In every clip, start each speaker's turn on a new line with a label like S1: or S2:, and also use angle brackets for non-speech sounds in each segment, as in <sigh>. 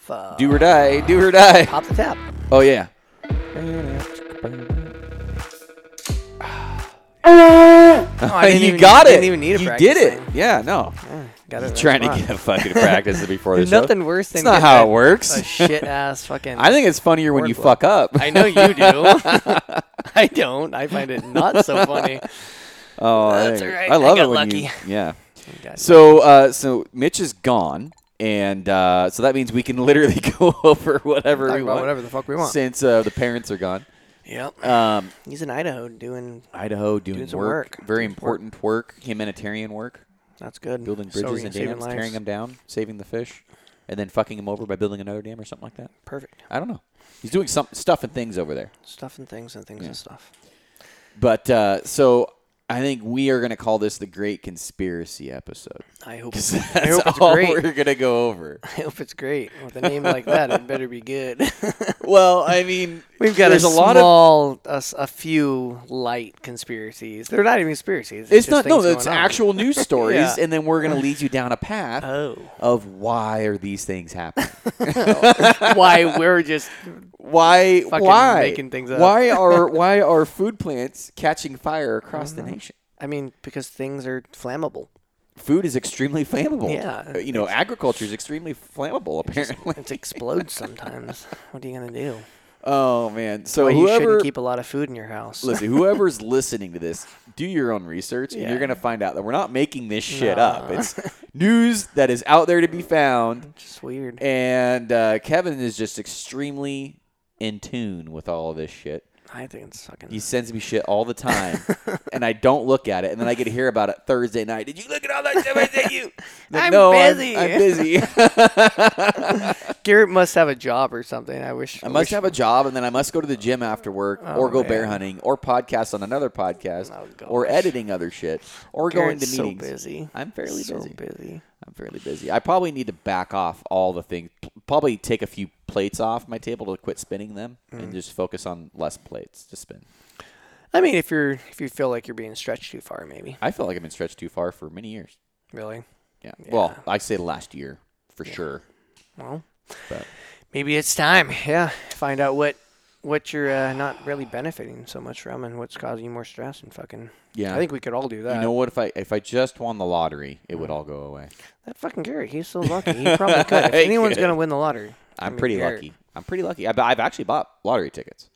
S1: Fuck.
S2: Do or <laughs> die, do or die.
S1: Pop the <laughs> tap.
S2: Oh yeah.
S1: Oh, I didn't
S2: you
S1: even-
S2: got it.
S1: Didn't even need a
S2: you
S1: practice
S2: did it.
S1: thing.
S2: Yeah, no.
S1: Yeah, got it.
S2: He's
S1: right.
S2: trying to
S1: Come on.
S2: get
S1: <laughs>
S2: a fucking practice before the
S1: There's
S2: show.
S1: nothing worse
S2: That's
S1: than
S2: not
S1: getting
S2: how
S1: a-
S2: it <laughs> works.
S1: A Oh, shit ass fucking.
S2: I think it's funnier when you
S1: Wordplay. <laughs>
S2: fuck up.
S1: I know you do. <laughs> I don't. I find it not
S2: <laughs>
S1: so funny.
S2: Oh,
S1: That's
S2: I-
S1: all right.
S2: I
S1: I
S2: love
S1: got
S2: it when you-
S1: lucky.
S2: yeah.
S1: Got it.
S2: So, uh, so Mitch is gone, and uh, so that means we can literally <laughs> go over whatever
S1: Talk
S2: we
S1: about
S2: want,
S1: whatever the fuck we want.
S2: since uh, the parents are gone.
S1: Yep.
S2: Um,
S1: He's in Idaho doing.
S2: Idaho doing,
S1: Doing some
S2: work,
S1: work.
S2: very
S1: Doing some
S2: important work. humanitarian work,
S1: That's good.
S2: building
S1: So we're
S2: bridges
S1: gonna
S2: and
S1: save
S2: dams,
S1: lives.
S2: tearing them down, saving the fish, and then fucking them over by building another dam or something like that.
S1: Perfect.
S2: I don't know. He's doing some stuff and things over there.
S1: Stuff and things and things and stuff.
S2: But uh, so I think we are going to call this the Great Conspiracy episode. <laughs>
S1: I hope.
S2: 'Cause
S1: I
S2: That's
S1: hope it's
S2: all
S1: great.
S2: we're going to go over.
S1: I hope it's great. With a name like that, it better be good.
S2: <laughs>
S1: <laughs>
S2: Well, I mean,
S1: We've got
S2: there's
S1: a,
S2: a lot of.
S1: small, a s- a, few light conspiracies. They're not even conspiracies.
S2: It's
S1: just
S2: not no,
S1: things
S2: it's
S1: going on.
S2: actual
S1: <laughs>
S2: news stories,
S1: Yeah.
S2: and then we're going to lead you down a path
S1: Oh,
S2: of why are these things happening?
S1: <laughs> why we're just
S2: Why?
S1: Fucking
S2: why?
S1: making things up. <laughs>
S2: Why are why are food plants catching fire across
S1: Mm-hmm.
S2: the nation?
S1: I mean, because things are flammable.
S2: Food is extremely flammable.
S1: Yeah,
S2: Uh, you know, agriculture is extremely flammable. Apparently.
S1: It explodes sometimes. What are you gonna do?
S2: Oh man! So
S1: Why you
S2: whoever
S1: shouldn't keep a lot of food in your house.
S2: Listen, whoever's listening to this, do your own research, and you're
S1: Yeah.
S2: gonna find out that we're not making this shit
S1: Nah.
S2: up. It's news that is out there to be found,
S1: It's just weird.
S2: and uh, Kevin is just extremely in tune with all of this shit.
S1: I think it's fucking.
S2: He sends me shit all
S1: <laughs>
S2: the time, and I don't look at it, and then I get to hear about it Thursday night. Did you look at all that stuff I sent <laughs> you? Like,
S1: <laughs> I'm
S2: no,
S1: busy."
S2: I'm,
S1: <laughs>
S2: busy.
S1: Garrett must have a job or something. I wish.
S2: I must
S1: wish-
S2: have a job, and then I must go to the gym after work, or go bear
S1: man.
S2: hunting, or podcast on another podcast,
S1: Oh,
S2: or
S1: gosh.
S2: editing other shit, or going to
S1: Garrett's so
S2: meetings.
S1: busy.
S2: I'm fairly
S1: so
S2: busy.
S1: busy.
S2: I'm fairly busy. I probably need to back off all the things. p- Probably take a few plates off my table to quit spinning them,
S1: Mm.
S2: and just focus on less plates to spin.
S1: I mean, if you're if you feel like you're being stretched too far, maybe.
S2: I feel like I've been stretched too far for many years.
S1: Really.
S2: Yeah. Well, I say last year for sure.
S1: Well,
S2: But
S1: maybe it's time. Yeah, find out what what you're uh, not really benefiting so much from and what's causing you more stress and fucking.
S2: Yeah.
S1: I think we could all do that. Mm.
S2: you know what? If I if I just won the lottery, it would all go away.
S1: That fucking Garrett, he's so lucky.
S2: <laughs>
S1: He probably could. If
S2: He
S1: anyone's
S2: could.
S1: gonna win the lottery, I
S2: I'm
S1: mean,
S2: pretty
S1: Garrett- <laughs>
S2: lucky. I'm pretty lucky. I, I've actually bought lottery tickets.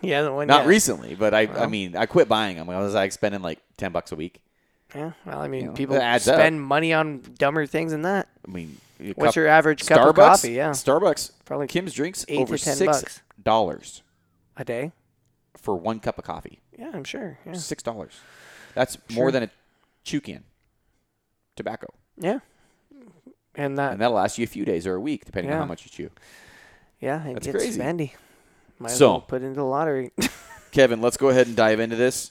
S1: He hasn't won
S2: <laughs> Not
S1: yet.
S2: recently, but I I mean I quit buying them. I was like spending like ten bucks a week.
S1: Yeah, well, I mean,
S2: know,
S1: people
S2: that adds up.
S1: spend money on dumber things than that.
S2: I mean, a
S1: What's
S2: cup-
S1: your average
S2: Starbucks,
S1: cup of coffee? Yeah,
S2: Starbucks.
S1: Probably
S2: Kim's drinks
S1: eight to
S2: over
S1: 10
S2: six
S1: bucks.
S2: dollars
S1: a day.
S2: for one cup of coffee.
S1: Yeah, I'm sure. Yeah,
S2: Six dollars. That's more than a chew can. Tobacco,
S1: yeah. and that
S2: and that'll last you a few days or a week, depending on
S1: Yeah.
S2: how much you chew.
S1: yeah, it
S2: that's
S1: gets
S2: crazy.
S1: spendy. Might as
S2: So-
S1: well put into the lottery.
S2: Kevin, let's go ahead and dive into this.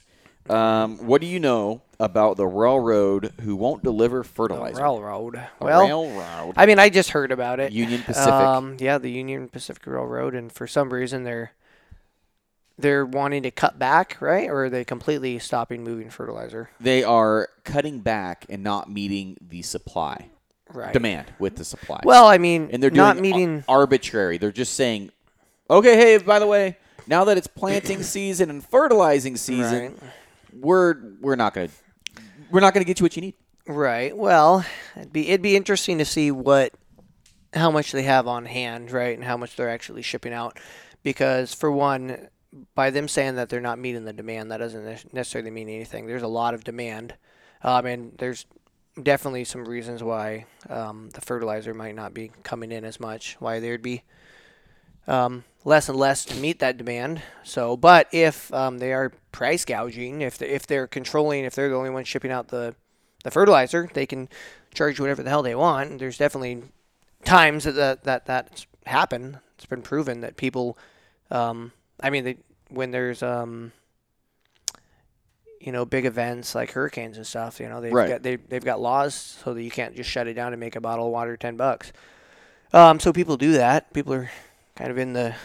S2: Um, what do you know about the railroad who won't deliver fertilizer?
S1: Railroad.
S2: The
S1: <laughs> Well,
S2: railroad.
S1: I mean, I just heard about it.
S2: Union Pacific.
S1: Um, yeah, the Union Pacific Railroad, and for some reason they're they're wanting to cut back, right? Or are they completely stopping moving fertilizer?
S2: they are cutting back and not meeting the supply
S1: Right.
S2: demand with the supply.
S1: Well, I mean,
S2: and they're doing
S1: not
S2: ar-
S1: meeting.
S2: arbitrary. They're just saying, okay, hey, by the way, now that it's
S1: <clears throat>
S2: planting season and fertilizing season,
S1: Right.
S2: we're we're not gonna we're not gonna get you what you need.
S1: Right. Well, it'd be it'd be interesting to see what how much they have on hand, right, and how much they're actually shipping out, because for one, by them saying that they're not meeting the demand, that doesn't ne- necessarily mean anything. There's a lot of demand, um, and there's definitely some reasons why um, the fertilizer might not be coming in as much, why there'd be um, less and less to meet that demand. So, but if um, they are price gouging, if they, if they're controlling, if they're the only ones shipping out the the fertilizer, they can charge whatever the hell they want. There's definitely times that that, that that's happened. It's been proven that people, um, I mean, they, when there's um, you know big events like hurricanes and stuff, you know they've
S2: Right.
S1: got they, they've got laws so that you can't just shut it down and make a bottle of water ten bucks. Um, so people do that. People are kind of in the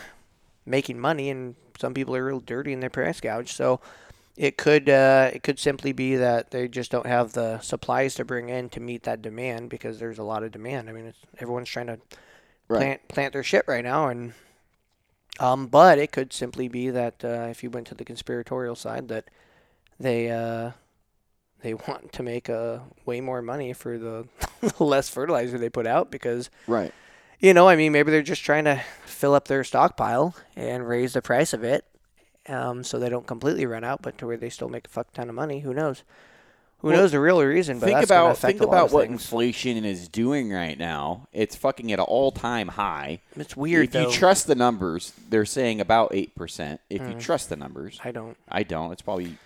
S1: making money, and some people are real dirty in their price gouge. So it could uh, it could simply be that they just don't have the supplies to bring in to meet that demand because there's a lot of demand. I mean, it's, everyone's trying to
S2: Right.
S1: plant plant their shit right now and um but it could simply be that uh, if you went to the conspiratorial side that they uh they <laughs> want to make uh, way more money for the <laughs> less fertilizer they put out because
S2: Right.
S1: you know I mean maybe they're just trying to fill up their stockpile and raise the price of it um, so they don't completely run out but to where they still make a fuck ton of money who knows who
S2: Well,
S1: knows the real reason but
S2: think
S1: that's gonna
S2: about
S1: affect
S2: think
S1: a lot
S2: about
S1: of
S2: what
S1: things.
S2: inflation is doing right now. It's fucking at an all time high.
S1: it's weird
S2: if
S1: though
S2: you trust the numbers, they're saying about eight percent. If
S1: Mm.
S2: you trust the numbers,
S1: I don't
S2: I don't. It's probably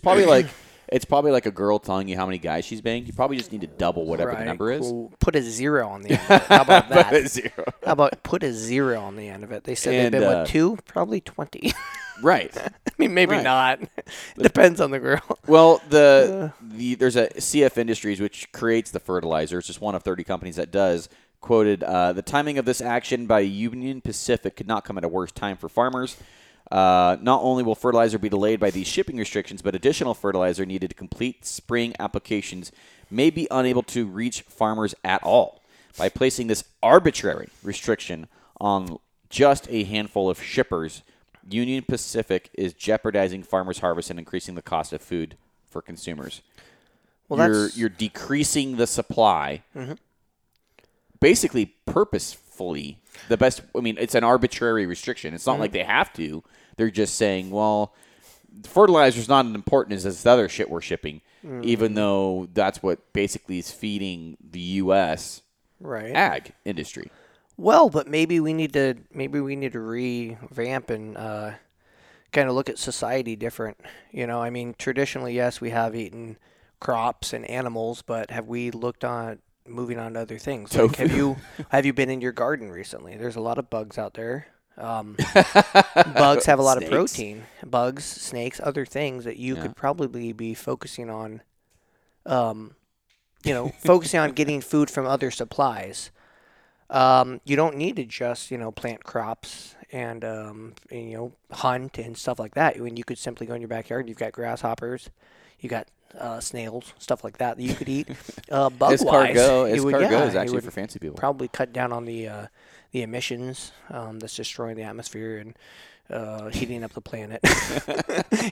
S1: <clears throat>
S2: probably like it's probably like a girl telling you how many guys she's banged. You probably just need to double whatever the
S1: Right,
S2: number is.
S1: cool. Put a zero on the end. of it. How about
S2: <laughs> But
S1: that?
S2: zero.
S1: How about put a zero on the end of it? They said
S2: And,
S1: they've been
S2: uh,
S1: with two, probably twenty. <laughs>
S2: Right.
S1: I mean, maybe
S2: Right.
S1: not. <laughs> It depends on the girl.
S2: Well, the the there's a CF Industries which creates the fertilizer. It's just one of 30 companies that does. Quoted, uh, the timing of this action by Union Pacific could not come at a worse time for farmers. Uh, not only will fertilizer be delayed by these shipping restrictions, but additional fertilizer needed to complete spring applications may be unable to reach farmers at all by placing this arbitrary restriction on just a handful of shippers. Union Pacific is jeopardizing farmers' harvest and increasing the cost of food for consumers.
S1: Well,
S2: you're
S1: that's- Mm-hmm.
S2: you're decreasing the supply, basically purposefully. The best, I mean, it's an arbitrary restriction. It's not
S1: Mm-hmm.
S2: like they have to. They're just saying, well, fertilizer's not as important as this other shit we're shipping,
S1: Mm.
S2: even though that's what basically is feeding the U.S.
S1: Right.
S2: ag industry.
S1: Well, but maybe we need to maybe we need to revamp and uh, kind of look at society different. You know, I mean, traditionally, yes, we have eaten crops and animals, but have we looked on moving on to other things? Like, have you <laughs> have you been in your garden recently? There's a lot of bugs out there. Um, bugs have a lot of
S2: Snakes.
S1: protein. Bugs, snakes, other things that you could probably be focusing on. Um, you know, focusing on getting food from other supplies um, you don't need to just you know plant crops and, um, and, you know hunt and stuff like that. I mean, you could simply go in your backyard. You've got grasshoppers, you got uh, snails, stuff like that that you could eat. Uh, bug wise,
S2: Escargot,
S1: it would-
S2: escargot
S1: yeah,
S2: is
S1: it
S2: actually
S1: would
S2: for fancy people.
S1: probably cut down on the uh, the emissions um, that's destroying the atmosphere and uh, heating up the planet.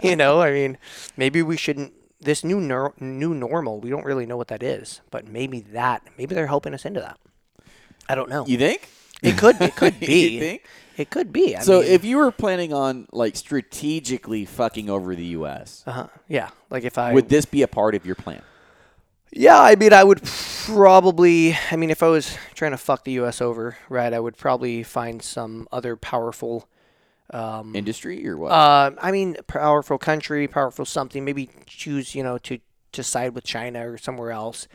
S1: <laughs> you know, I mean, maybe we shouldn't. This new nor- new normal, we don't really know what that is, but maybe that maybe they're helping us into that. I don't know.
S2: <laughs> You think?
S1: It could it <laughs> could
S2: You
S1: be.
S2: think?
S1: It could be. I
S2: So
S1: mean,
S2: if you were planning on like strategically fucking over the U.S.,
S1: uh-huh. yeah, like if I
S2: would this be a part of your plan?
S1: yeah, I mean, I would probably. I mean, if I was trying to fuck the U.S. over, right, I would probably find some other powerful.
S2: Industry or what?
S1: Um, Uh, I mean, powerful country, powerful something. Maybe choose, you know, to to side with China or somewhere else,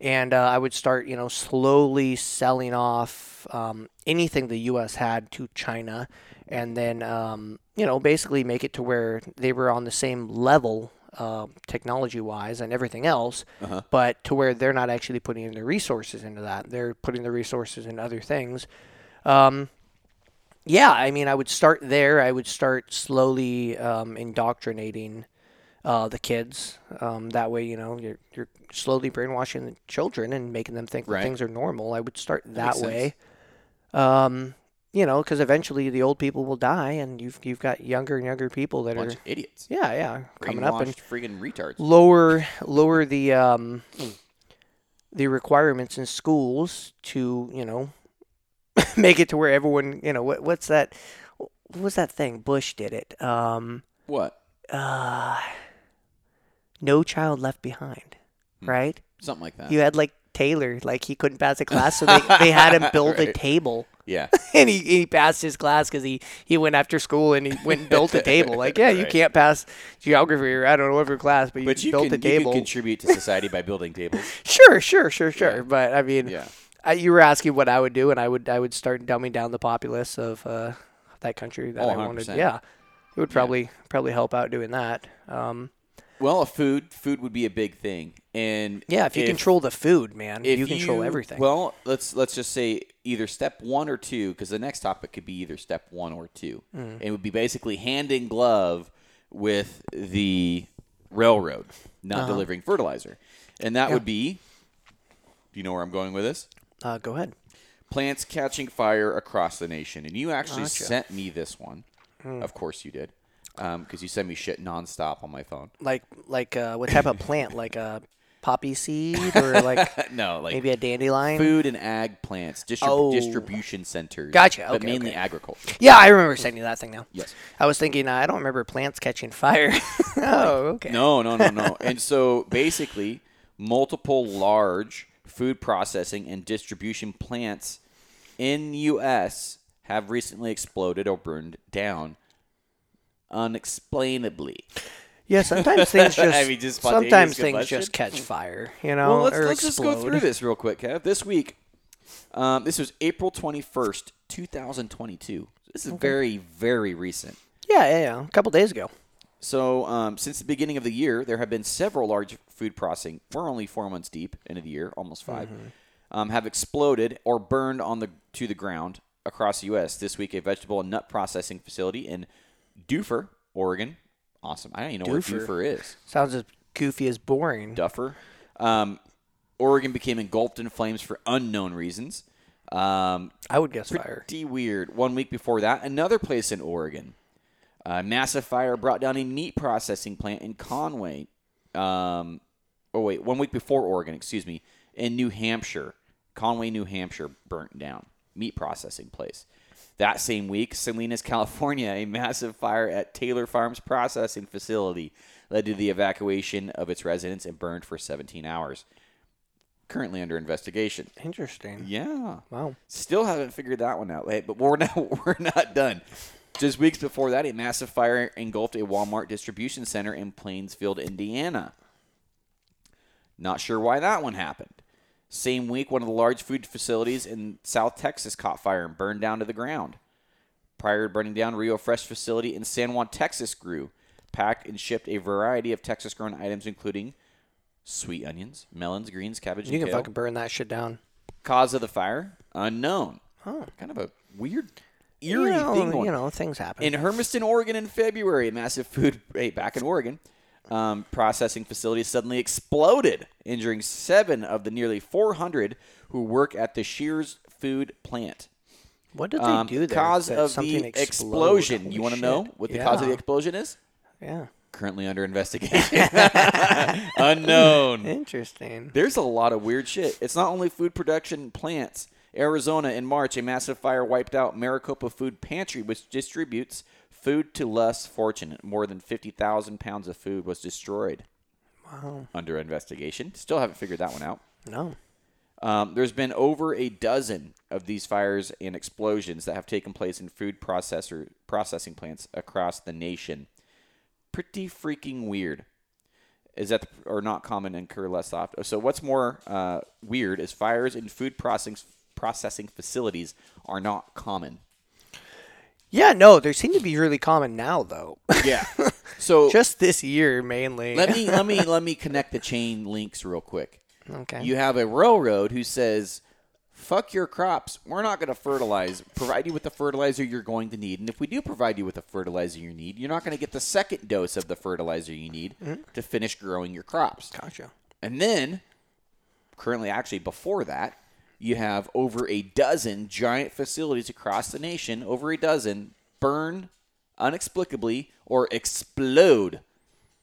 S1: and uh, I would start, you know, slowly selling off um, anything the U.S. had to China, and then, um, you know, basically make it to where they were on the same level. Uh, technology wise and everything else, but to where they're not actually putting in their resources into that. They're putting the resources in other things. Um, yeah, I mean, I would start there. I would start slowly um, indoctrinating uh, the kids. Um, that way, you know, you're, you're slowly brainwashing the children and making them think
S2: Right.
S1: that things are normal. I would start that,
S2: makes sense.
S1: way. Um, you know, because eventually the old people will die, and you've you've got younger and younger people that
S2: bunch
S1: are
S2: of idiots,
S1: yeah yeah coming up and
S2: Brainwashed freaking retards.
S1: lower lower the um, the requirements in schools to you know <laughs> make it to where everyone you know what what's that what was that thing Bush did it um
S2: What?
S1: uh no child left behind
S2: Hmm.
S1: right
S2: Something like that.
S1: you had like Taylor like he couldn't pass a class so
S2: <laughs>
S1: they, they had him build a
S2: Right.
S1: table <laughs>
S2: yeah.
S1: and he, he passed his class because he, he went after school and he went and built a table like yeah you
S2: <laughs> Right.
S1: can't pass geography or I don't know whatever class but you,
S2: But you
S1: built
S2: can,
S1: a table
S2: you can contribute to society
S1: <laughs>
S2: by building tables.
S1: Sure, sure, sure, sure. But I mean,
S2: Yeah.
S1: I, you were asking what I would do, and I would I would start dumbing down the populace of uh, that country that
S2: Oh,
S1: I wanted.
S2: 100%.
S1: Yeah, it would probably probably help out doing that. Um,
S2: Well, a food food would be a big thing, and
S1: yeah, if you control the food, man,
S2: if
S1: you control everything.
S2: Well, let's let's just say either step one or two, because the next topic could be either step one or two.
S1: Mm.
S2: It would be basically hand in glove with the railroad
S1: Uh-huh.
S2: not delivering fertilizer, and that would be. Do you know where I'm going with this?
S1: uh, go ahead.
S2: Plants Catching Fire Across the Nation. And you actually
S1: Gotcha. Mm.
S2: sent me this one. Of course you did. Because you send me shit nonstop on my phone. <laughs>
S1: Like like uh, what type of plant? Like a poppy seed or
S2: <laughs>
S1: like
S2: No, like
S1: maybe a dandelion?
S2: food and ag plants, distri-
S1: Oh.
S2: distribution centers.
S1: Gotcha,
S2: But
S1: okay,
S2: mainly
S1: okay.
S2: agriculture.
S1: Yeah, I remember sending you that thing now.
S2: Yes.
S1: I was thinking uh, I don't remember plants catching fire. <laughs> oh, okay.
S2: No, no, no, no. and so basically, multiple large food processing and distribution plants in the U.S. have recently exploded or burned down unexplainably.
S1: Yeah, sometimes things just
S2: <laughs> I mean, just spontaneous
S1: sometimes things
S2: combustion.
S1: just catch fire, you know,
S2: Well, let's,
S1: or
S2: let's just
S1: explode.
S2: go through this real quick, Kev. This week, um, this was April 21st, 2022. This is very, very recent.
S1: Yeah, yeah, yeah. A couple days ago.
S2: So, um, since the beginning of the year, there have been several large food processing. We're only four months deep into the year, almost 5 um, have exploded or burned on the to the ground across the U.S. This week, a vegetable and nut processing facility in Duffer, Oregon. Awesome. I don't even know
S1: Duffer.
S2: where Duffer is.
S1: Sounds as goofy as boring.
S2: Duffer. Um, Oregon became engulfed in flames for unknown reasons. Um,
S1: I would guess fire.
S2: pretty weird. One week before that, another place in Oregon. A massive fire brought down a meat processing plant in Conway. Um, oh, wait, one week before Oregon, excuse me, in New Hampshire. Conway, New Hampshire burnt down. Meat processing place. That same week, Salinas, <laughs> California, a massive fire at Taylor Farms processing facility led to the evacuation of its residents and burned for 17 hours. Currently under investigation.
S1: Interesting.
S2: Yeah.
S1: Wow.
S2: Still haven't figured that one out. Hey, but we're not <laughs> we're not done. Just weeks before that, a massive fire engulfed a Walmart distribution center in Plainsfield, Indiana. Not sure why that one happened. Same week, one of the large food facilities in South Texas caught fire and burned down to the ground. Prior to burning down, Rio Fresh facility in San Juan, Texas grew, packed and shipped a variety of Texas-grown items, including sweet onions, melons, greens, cabbage,
S1: You
S2: and
S1: can
S2: kale.
S1: fucking burn that shit down.
S2: Cause of the fire? Unknown. Kind of a weird, eerie
S1: you know,
S2: thing. Going.
S1: you know, things happen.
S2: In Hermiston, Oregon, in February, a massive food <laughs> hey, back in Oregon um, processing facility suddenly exploded, injuring seven of the nearly 400 who work at the Shears food plant.
S1: what did they
S2: Um,
S1: do there?
S2: cause
S1: that
S2: of
S1: something
S2: the
S1: explode?
S2: explosion.
S1: Holy
S2: You want to
S1: shit.
S2: know what the cause of the
S1: Yeah.
S2: explosion is?
S1: Yeah. <laughs>
S2: Currently under investigation. <laughs> Unknown.
S1: Interesting.
S2: There's a lot of weird shit. It's not only food production plants. Arizona in March, a massive fire wiped out Maricopa Food Pantry, which distributes food to less fortunate. More than 50,000 pounds of food was destroyed. Wow. Under investigation. Still haven't figured that one out.
S1: No.
S2: Um, there's been over a dozen of these fires and explosions that have taken place in food processor processing plants across the nation. Pretty freaking weird. Is that the, or not common and occur less often? So what's more uh, weird is fires in food processing processing facilities are not common.
S1: Yeah, no, they seem to be really common now though. <laughs>
S2: Yeah. <laughs> so
S1: Just this year mainly.
S2: let me let me let me connect the chain links real quick.
S1: okay.
S2: You have a railroad who says, "Fuck your crops. We're not going to fertilize. Provide you with the fertilizer you're going to need, and if we do provide you with the fertilizer you need, you're not going to get the second dose of the fertilizer you need to finish growing your crops."
S1: gotcha.
S2: And then, currently, actually, before that, you have over a dozen giant facilities across the nation, over a dozen, burn unexplicably or explode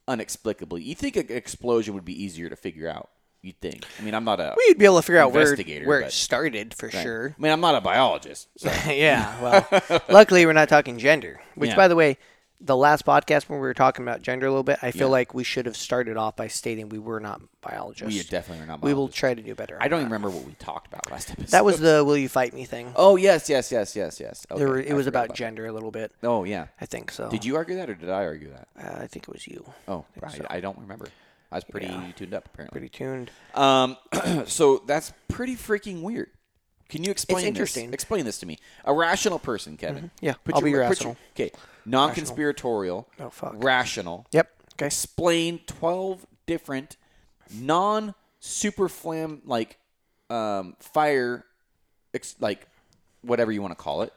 S2: unexplicably. You think an explosion would be easier to figure out? You'd think. I mean, I'm not a.
S1: We'd be able to figure out where
S2: Investigator,
S1: where
S2: but-
S1: it started for sure.
S2: I mean, I'm not a biologist. So.
S1: <laughs> yeah.
S2: <laughs>
S1: Well, luckily we're not talking gender. Which,
S2: Yeah.
S1: by the way, the last podcast when we were talking about gender a little bit, I feel
S2: Yeah.
S1: like we should have started off by stating we were not biologists.
S2: We definitely are not.
S1: We will
S2: biologists.
S1: try to do better.
S2: I don't even remember what we talked about last episode.
S1: That was the "Will you fight me?" thing.
S2: Oh yes, yes, yes, yes, yes. Okay,
S1: there were, it
S2: I
S1: was
S2: forgot
S1: about, gender a little bit.
S2: Oh yeah.
S1: I think so.
S2: Did you argue that or did I argue that?
S1: Uh, I think it was you.
S2: Oh, right. I don't remember. I was pretty tuned up apparently.
S1: Pretty tuned.
S2: Um, <clears throat> so that's pretty freaking weird. Can you explain? this?
S1: interesting. Mm-hmm.
S2: Explain this to me. A rational person, Kevin.
S1: Yeah, I'll be rational.
S2: okay, non-conspiratorial.
S1: Oh, fuck.
S2: Rational.
S1: Yep. Okay.
S2: Explain twelve different non-super flam like um, fire, ex- like whatever you want to call it.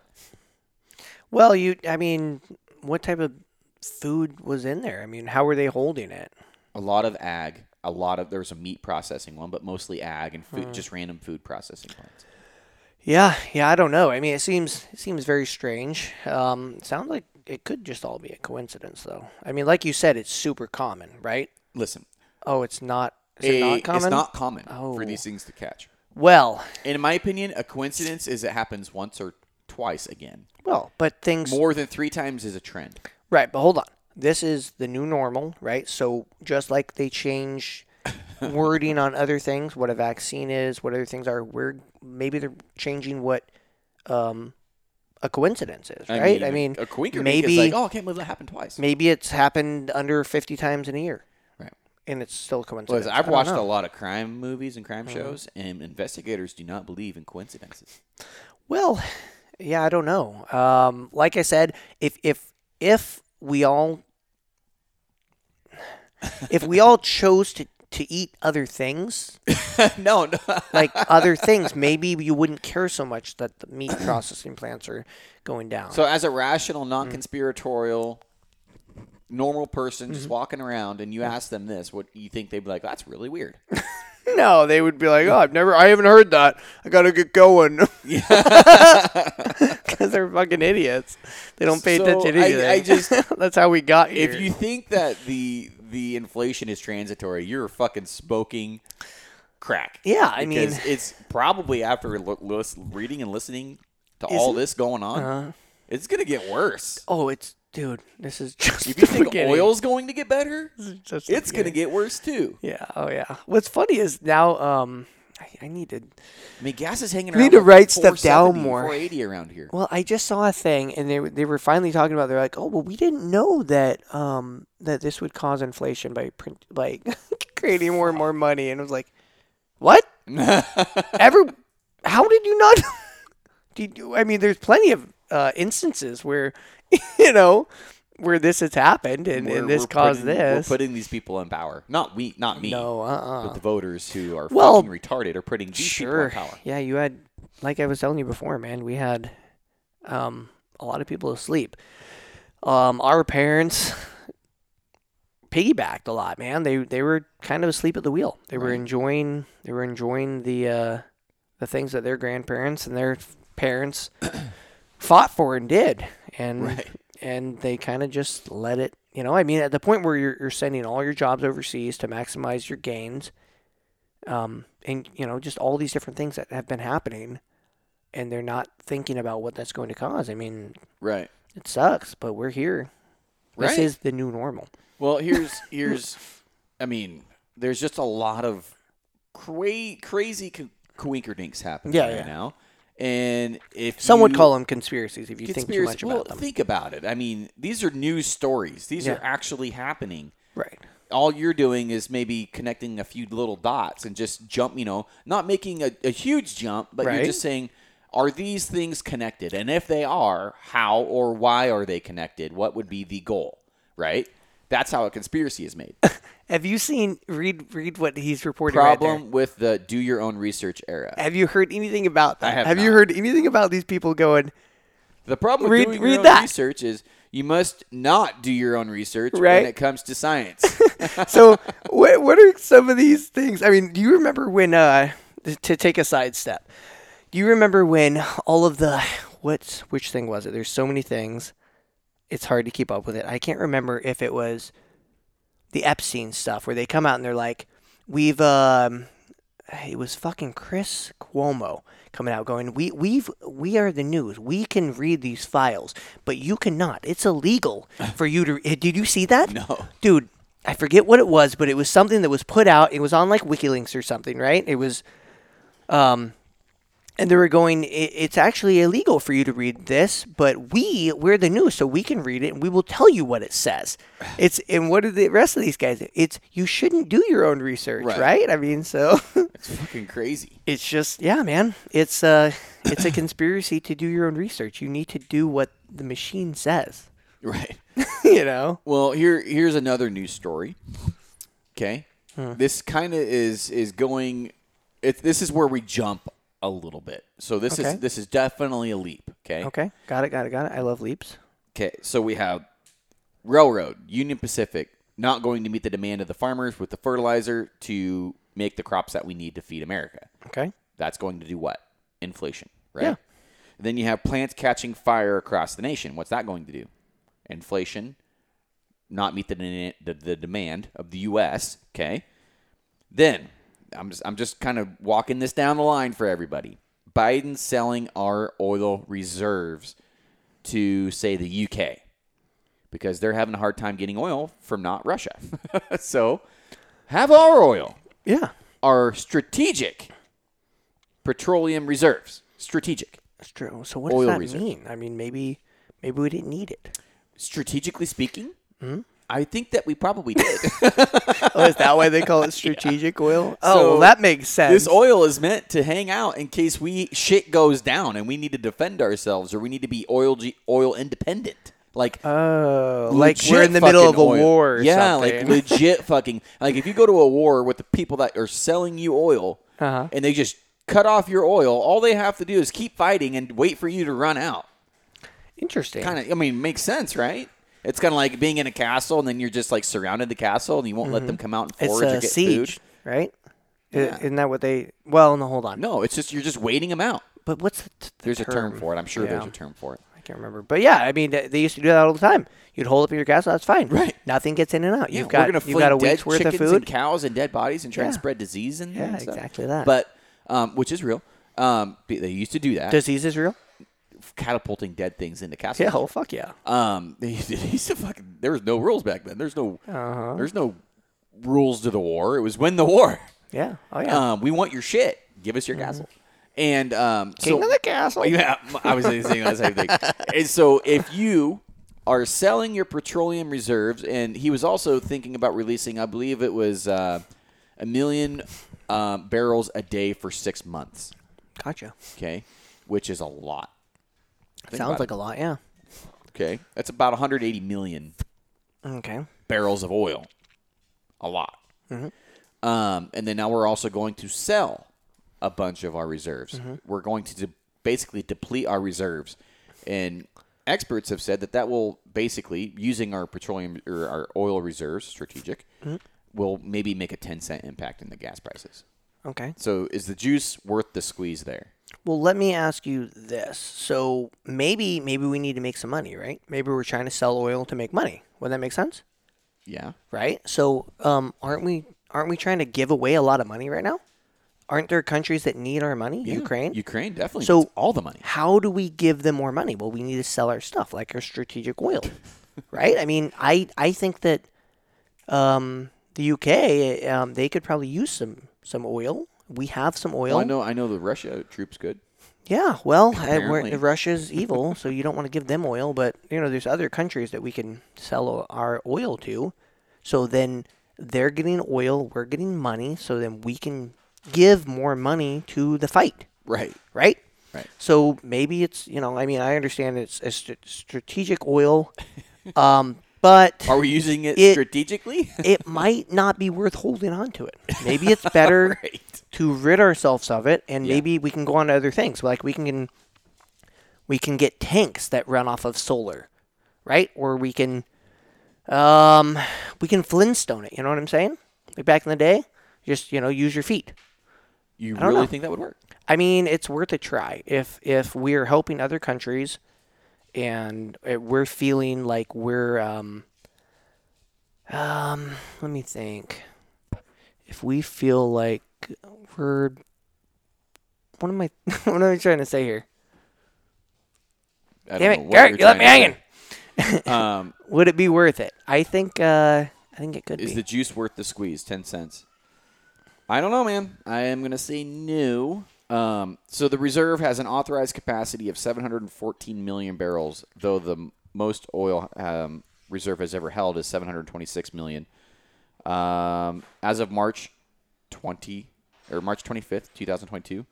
S1: Well, you. I mean, what type of food was in there? I mean, how were they holding it?
S2: A lot of ag.
S1: Hmm.
S2: A lot of there was a meat processing one, but mostly ag and food, just random food processing plants.
S1: Yeah, yeah, I don't know. I mean, it seems it seems very strange. Um, it sounds like it could just all be a coincidence, though. I mean, like you said, it's super common, right?
S2: Listen,
S1: Oh, it's not. Is it
S2: a-
S1: not common?
S2: Eh, it's not common
S1: Oh.
S2: for these things to catch.
S1: Well,
S2: In my opinion, a coincidence is it happens once or twice again.
S1: well, but things.
S2: More than three times is a trend.
S1: Right, but hold on. This is the new normal, right? So just like they <laughs> change wording on other things, what a vaccine is, what other things are, we're maybe they're changing what um, a coincidence is, right? I mean,
S2: a quinker
S1: maybe
S2: is like, oh, I can't believe that happened twice.
S1: maybe it's happened under fifty times in a year,
S2: Right.
S1: And it's still a coincidence.
S2: Listen,
S1: I
S2: I've
S1: don't
S2: watched a
S1: know. Uh-huh.
S2: lot of crime movies and crime shows, and investigators do not believe in coincidences. <laughs>
S1: Well, yeah, I don't know. Um, like I said, if if if we all if we
S2: <laughs>
S1: all chose to to eat other things,
S2: no, no.
S1: like other things, maybe you wouldn't care so much that the
S2: <coughs>
S1: meat processing plants are going down.
S2: So, as a
S1: Mm.
S2: rational, non-conspiratorial, normal person
S1: Mm-hmm.
S2: just walking around, and you ask them this, what you think they'd be like? That's really weird.
S1: no, they would be like, "Oh, I've never, I haven't heard that. I gotta get going." <laughs> because they're fucking idiots. They don't pay
S2: So,
S1: attention to
S2: I-
S1: anything.
S2: I just-
S1: <laughs> that's how we got here.
S2: if you think that the the inflation is transitory, you're fucking smoking crack.
S1: Yeah, I
S2: Because
S1: mean-
S2: it's probably after lo- lis- reading and listening to all this going on, it's gonna get <laughs> worse.
S1: oh, it's dude, this
S2: <laughs>
S1: is just
S2: If you
S1: the
S2: think
S1: beginning.
S2: oil's going to get better,
S1: <laughs> Just the
S2: it's gonna get worse too.
S1: Yeah. Oh, yeah. What's funny is now, um, I, I need to.
S2: I mean, gas is hanging.
S1: We need
S2: around
S1: to
S2: like
S1: write stuff down
S2: 470,
S1: more.
S2: 480 around <laughs> here.
S1: Well, I just saw a thing, and they were- they were finally talking about. They're like, oh, well, we didn't know that um that this would cause inflation by <laughs> print like creating more and more money, and I was like, what? Ever? How did you not? <laughs> Did you, I mean, there's plenty of uh, instances where <laughs> you know where this has happened, and,
S2: We're-
S1: and this
S2: we're
S1: caused
S2: putting,
S1: this.
S2: We're putting these people in power. Not we. Not me.
S1: no, uh-uh.
S2: But the voters who are
S1: Well,
S2: fucking retarded are putting these
S1: Sure.
S2: people in power.
S1: Yeah, you had, like I was telling you before, man, we had um, a lot of people asleep. Um, our parents piggybacked a lot, man. They they were kind of asleep at the wheel. They were
S2: Right.
S1: enjoying they were enjoying the uh, the things that their grandparents and their
S2: <coughs>
S1: parents fought for and did, and
S2: Right.
S1: and they kind of just let it. You know, I mean, at the point where you're you're sending all your jobs overseas to maximize your gains, um, and you know, just all these different things that have been happening, and they're not thinking about what that's going to cause. I mean,
S2: Right.
S1: it sucks, but we're here. This
S2: Right.
S1: is the new normal.
S2: Well, here's here's, I mean, there's just a lot of cra- crazy co- coinkerdinks happening
S1: Yeah,
S2: right
S1: yeah.
S2: now, and if
S1: Some would
S2: you-
S1: call them conspiracies if you think too much
S2: well,
S1: about them.
S2: think about it. I mean, these are news stories. These
S1: Yeah.
S2: are actually happening.
S1: right.
S2: All you're doing is maybe connecting a few little dots and just jump. You know, not making a, a huge jump, but
S1: Right.
S2: you're just saying. Are these things connected? And if they are, how or why are they connected? What would be the goal? Right? That's how a conspiracy is made.
S1: Have you seen read read what he's reporting right
S2: problem with the do your own research
S1: there?
S2: era.
S1: Have you heard anything about that?
S2: I have
S1: you
S2: not.
S1: heard anything about these people going
S2: The problem with
S1: Read-
S2: doing
S1: read
S2: your own
S1: that.
S2: research is you must not do your own research
S1: Right.
S2: when it comes
S1: <laughs>
S2: to science.
S1: so what what are some of these things? I mean, do you remember when uh th- to take a sidestep? Do you remember when all of the what's which thing was it? There's so many things. It's hard to keep up with it. I can't remember if it was the Epstein stuff where they come out and they're like, "We've um it was fucking Chris Cuomo coming out going, "We we've we are the news. We can read these files, but you cannot. It's illegal for you to eh, Did you see that?
S2: No.
S1: Dude, I forget what it was, but it was something that was put out. It was on like WikiLeaks or something, right? It was um and they were going, "I- it's actually illegal for you to read this, but we, we're the news, so we can read it and we will tell you what it <sighs> says. It's, and what are the rest of these guys? It's, you shouldn't do your own research,
S2: Right.
S1: right? I mean, so <laughs>
S2: it's fucking crazy.
S1: it's just yeah man it's <coughs> uh it's a conspiracy to do your own research you need to do what the machine says
S2: Right.
S1: <laughs> you know
S2: Well, here here's another news story. Okay. This kind of is is going it, this is where we jump a little bit. So this
S1: Okay.
S2: is this is definitely a leap, okay?
S1: okay got it got it got it i love leaps
S2: Okay, so we have railroad, Union Pacific, not going to meet the demand of the farmers with the fertilizer to make the crops that we need to feed America.
S1: okay
S2: That's going to do what? Inflation. right?
S1: Yeah.
S2: Then you have plants catching fire across the nation. What's that going to do? Inflation, not meet the de- the, the demand of the U.S. Okay. Then I'm just I'm just kind of walking this down the line for everybody. Biden selling our oil reserves to say the U.K. because they're having a hard time getting oil from not Russia. <laughs> so have our oil
S1: Yeah.
S2: are strategic petroleum reserves. Strategic.
S1: That's true. So what does
S2: Oil
S1: that
S2: reserve.
S1: mean? I mean, maybe maybe we didn't need it.
S2: Strategically speaking,
S1: Hmm?
S2: I think that we probably did.
S1: <laughs> Oh, is that why they <laughs> call it strategic oil? Oh,
S2: So,
S1: well, that makes sense.
S2: this oil is meant to hang out in case we shit goes down and we need to defend ourselves or we need to be oil ge- oil independent. Like
S1: oh, like we're
S2: legit
S1: in the middle of a
S2: fucking oil.
S1: war or
S2: yeah,
S1: something. <laughs>
S2: like legit fucking like if you go to a war with the people that are selling you oil
S1: Uh-huh.
S2: and they just cut off your oil, all they have to do is keep fighting and wait for you to run out.
S1: Interesting.
S2: kind of i mean makes sense right it's kind of like being in a castle and then you're just like surrounded the castle and you won't let them come out
S1: Mm-hmm. it's
S2: and forage or
S1: a
S2: get
S1: siege,
S2: food
S1: right? I-
S2: Yeah.
S1: Isn't that what they? Well, no, hold on.
S2: no it's just you're just waiting them out
S1: But what's the, t- the
S2: there's
S1: term?
S2: a term for it i'm sure there's
S1: Yeah.
S2: a term for it
S1: I can't remember. But yeah, I mean, th- they used to do that all the time. You'd hold up your castle. That's fine.
S2: Right.
S1: Nothing gets in and out. You've
S2: Yeah,
S1: got
S2: we're gonna
S1: you've got a
S2: fling dead
S1: week's worth of
S2: chickens
S1: food.
S2: and cows and dead bodies and try and
S1: Yeah.
S2: spread disease in there
S1: Yeah,
S2: and stuff.
S1: exactly that.
S2: but um, which is real um, be- they used to do that
S1: Disease is real.
S2: catapulting dead things into castles
S1: Yeah. Oh, fuck yeah.
S2: Um, they, <laughs> they used to fucking. There was no rules back then. There's no.
S1: Uh-huh.
S2: There's no rules to the war. It was win the war.
S1: Yeah. Oh yeah.
S2: Um, we want your shit. Give us your castle. And um,
S1: King
S2: so,
S1: of the castle.
S2: <laughs> Yeah, I was saying that same thing. And so if you are selling your petroleum reserves, and he was also thinking about releasing, I believe it was uh, a million uh, barrels a day for six months.
S1: Gotcha.
S2: Okay, which is a lot. Think about
S1: Sounds
S2: it.
S1: like a lot. Yeah.
S2: okay. That's about 180 million
S1: Okay.
S2: barrels of oil. A lot. Um, and then now we're also going to sell a bunch of our reserves. We're going to de- basically deplete our reserves. And experts have said that that will basically, using our petroleum or our oil reserves, strategic, will maybe make a 10 cent impact in the gas prices.
S1: Okay.
S2: So is the juice worth the squeeze there?
S1: Well, let me ask you this. So maybe maybe we need to make some money, right? Maybe we're trying to sell oil to make money. Would that make sense?
S2: Yeah.
S1: Right? So um, aren't we aren't we trying to give away a lot of money right now? Aren't there countries that need our money? Ukraine.
S2: Ukraine definitely
S1: So-
S2: needs all the money.
S1: How do we give them more money? Well, we need to sell our stuff, like our strategic oil, right? I mean, I I think that um, the UK um, they could probably use some some oil. We have some oil.
S2: Well, I know I know the Russia troops good.
S1: Yeah, well, I-
S2: Apparently.
S1: we're, Russia's
S2: <laughs>
S1: evil, so you don't want to give them oil. But you know, there's other countries that we can sell o- our oil to. So then they're getting oil, we're getting money. So then we can give more money to the fight,
S2: Right.
S1: right?
S2: Right.
S1: So maybe it's you know, I mean, I understand it's a st- strategic
S2: <laughs>
S1: oil, um, but
S2: Are we using it,
S1: It-
S2: strategically? <laughs>
S1: it might not be worth holding on to it. Maybe it's better
S2: Right.
S1: to rid ourselves of it, and
S2: Yeah.
S1: maybe we can go on to other things. Like we can, we can get tanks that run off of solar, right? Or we can, um, we can Flintstone it. You know what I'm saying? Like back in the day, just you know, use your feet.
S2: You
S1: don't
S2: really
S1: know.
S2: think that would work?
S1: I mean, it's worth a try if if we're helping other countries, and it, we're feeling like we're um, um, let me think. If we feel like we're, what am I, <laughs> what am I trying to say here?
S2: I
S1: Damn
S2: know
S1: it,
S2: what
S1: Garrett,
S2: you're
S1: you left me
S2: trying
S1: hanging.
S2: to say. <laughs> Um,
S1: Would it be worth it? I think, uh, I think it could
S2: is
S1: be. <laughs>
S2: the juice worth the squeeze? Ten cents. I don't know, man. I am gonna say no. Um, so the reserve has an authorized capacity of 714 million barrels, though the m- most oil um, reserve has ever held is 726 million. Um, as of March 20 or March 25th, 2022,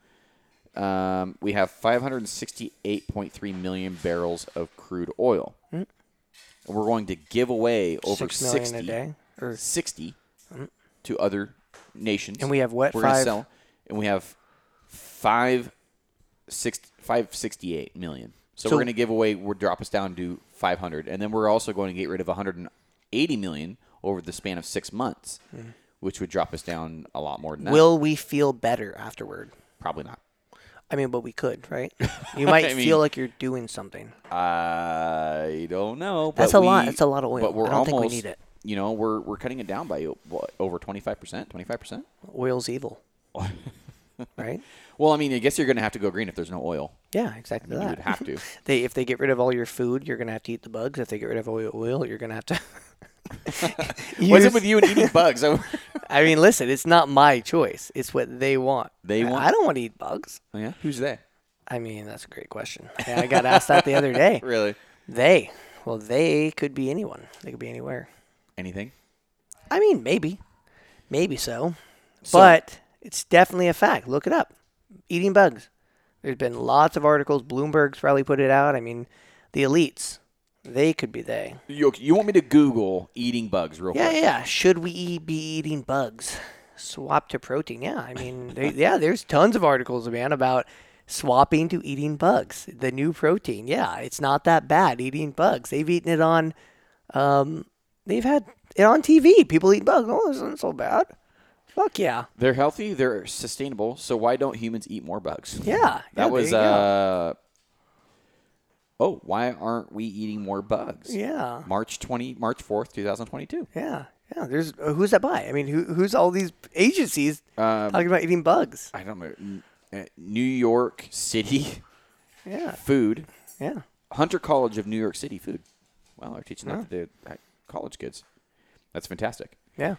S2: um, we have 568.3 million barrels of crude oil. And we're going to give away over
S1: Hmm. Six million
S2: 60
S1: a day, or Hmm.
S2: 60 to other nations.
S1: And we have what,
S2: We're gonna
S1: five-
S2: sell, and we have five, six, five sixty-eight million. So,
S1: So-
S2: we're going to give away. We're drop us down to five hundred, and then we're also going to get rid of one hundred and eighty million over the span of six months,
S1: Hmm.
S2: which would drop us down a lot more than that.
S1: will we feel better afterward?
S2: Probably not.
S1: I mean, but we could,
S2: <laughs>
S1: right? You might
S2: I mean-
S1: feel like you're doing something.
S2: I don't know.
S1: That's
S2: but
S1: a lot.
S2: we-
S1: That's a lot of oil.
S2: But we're
S1: I don't think we
S2: almost-
S1: need it.
S2: You know, we're we're cutting it down by what, over twenty five percent, twenty five percent.
S1: Oil's
S2: <laughs>
S1: evil, right?
S2: Well, I mean, I guess you're going to have to go green if there's no oil.
S1: Yeah, exactly.
S2: You
S1: that.
S2: would
S1: <laughs>
S2: have to.
S1: They if they get rid of all your food, you're gonna have to eat the bugs. If they get rid of all your oil, you're gonna have to. <laughs>
S2: What's
S1: use-
S2: up with you and eating bugs? <laughs> Oh, I-
S1: I mean, listen, it's not my choice. It's what they want.
S2: They
S1: I-
S2: want-
S1: I don't want to eat bugs.
S2: Oh, yeah, who's they?
S1: I mean, that's a great question. Yeah, I got asked that the other
S2: <laughs>
S1: day.
S2: Really?
S1: They, well, they could be anyone. They could be anywhere.
S2: Anything?
S1: I mean, maybe, maybe so,
S2: So-
S1: but it's definitely a fact. Look it up. Eating bugs. There's been lots of articles. Bloomberg's probably put it out. I mean, the elites. They could be they.
S2: You, you want me to Google eating bugs real
S1: Yeah,
S2: quick?
S1: yeah, yeah. Should we eat- be eating bugs? Swap to protein. Yeah, I
S2: <laughs>
S1: mean, there, yeah, there's tons of articles, man, about swapping to eating bugs, the new protein. Yeah, it's not that bad eating bugs. They've eaten it on, um, they've had it on TV. People eat bugs. Oh, this isn't so bad. Fuck yeah.
S2: They're healthy. They're sustainable. So why don't humans eat more bugs?
S1: Yeah. yeah,
S2: That
S1: there
S2: was
S1: you go.
S2: uh Oh, why aren't we eating more bugs?
S1: yeah.
S2: March 20 March 4th, 2022.
S1: Yeah. Yeah. There's, uh, who's that by? I mean, who, who's all these agencies
S2: Um,
S1: talking about eating bugs?
S2: I don't know. N- uh, New York City <laughs>
S1: Yeah.
S2: food.
S1: Yeah.
S2: Hunter College of New York City food. Wow, they're teaching that to the uh, college kids. That's fantastic.
S1: Yeah.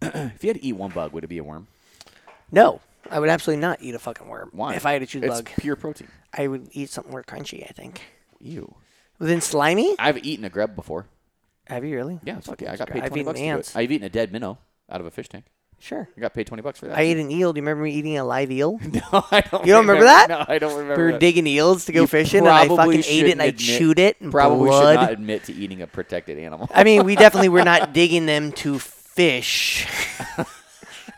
S2: If you had to eat one bug, would it be a worm?
S1: No, I would absolutely not eat a fucking worm.
S2: Why?
S1: If I had to choose
S2: it's
S1: bug,
S2: pure protein.
S1: I would eat something more crunchy. I think.
S2: Ew.
S1: Well, then slimy?
S2: I've eaten a grub before.
S1: Have you really?
S2: Yeah, fuck yeah. I got paid
S1: I've
S2: 20
S1: eaten
S2: bucks to do it.
S1: ants.
S2: I've eaten a dead minnow out of a fish tank.
S1: Sure.
S2: I got paid 20 bucks for <laughs> that.
S1: I <laughs> ate an eel. Do you remember me eating a live
S2: <laughs>
S1: eel?
S2: no, I don't
S1: You don't remember that?
S2: No, I don't
S1: we
S2: remember.
S1: were
S2: that.
S1: digging eels to go
S2: You
S1: fishing, and I
S2: probably
S1: fucking ate it and
S2: shouldn't
S1: I
S2: admit-
S1: chewed it. And
S2: probably
S1: blood.
S2: should not admit to eating a protected animal.
S1: <laughs> I mean, we definitely were not digging them to fish. <laughs>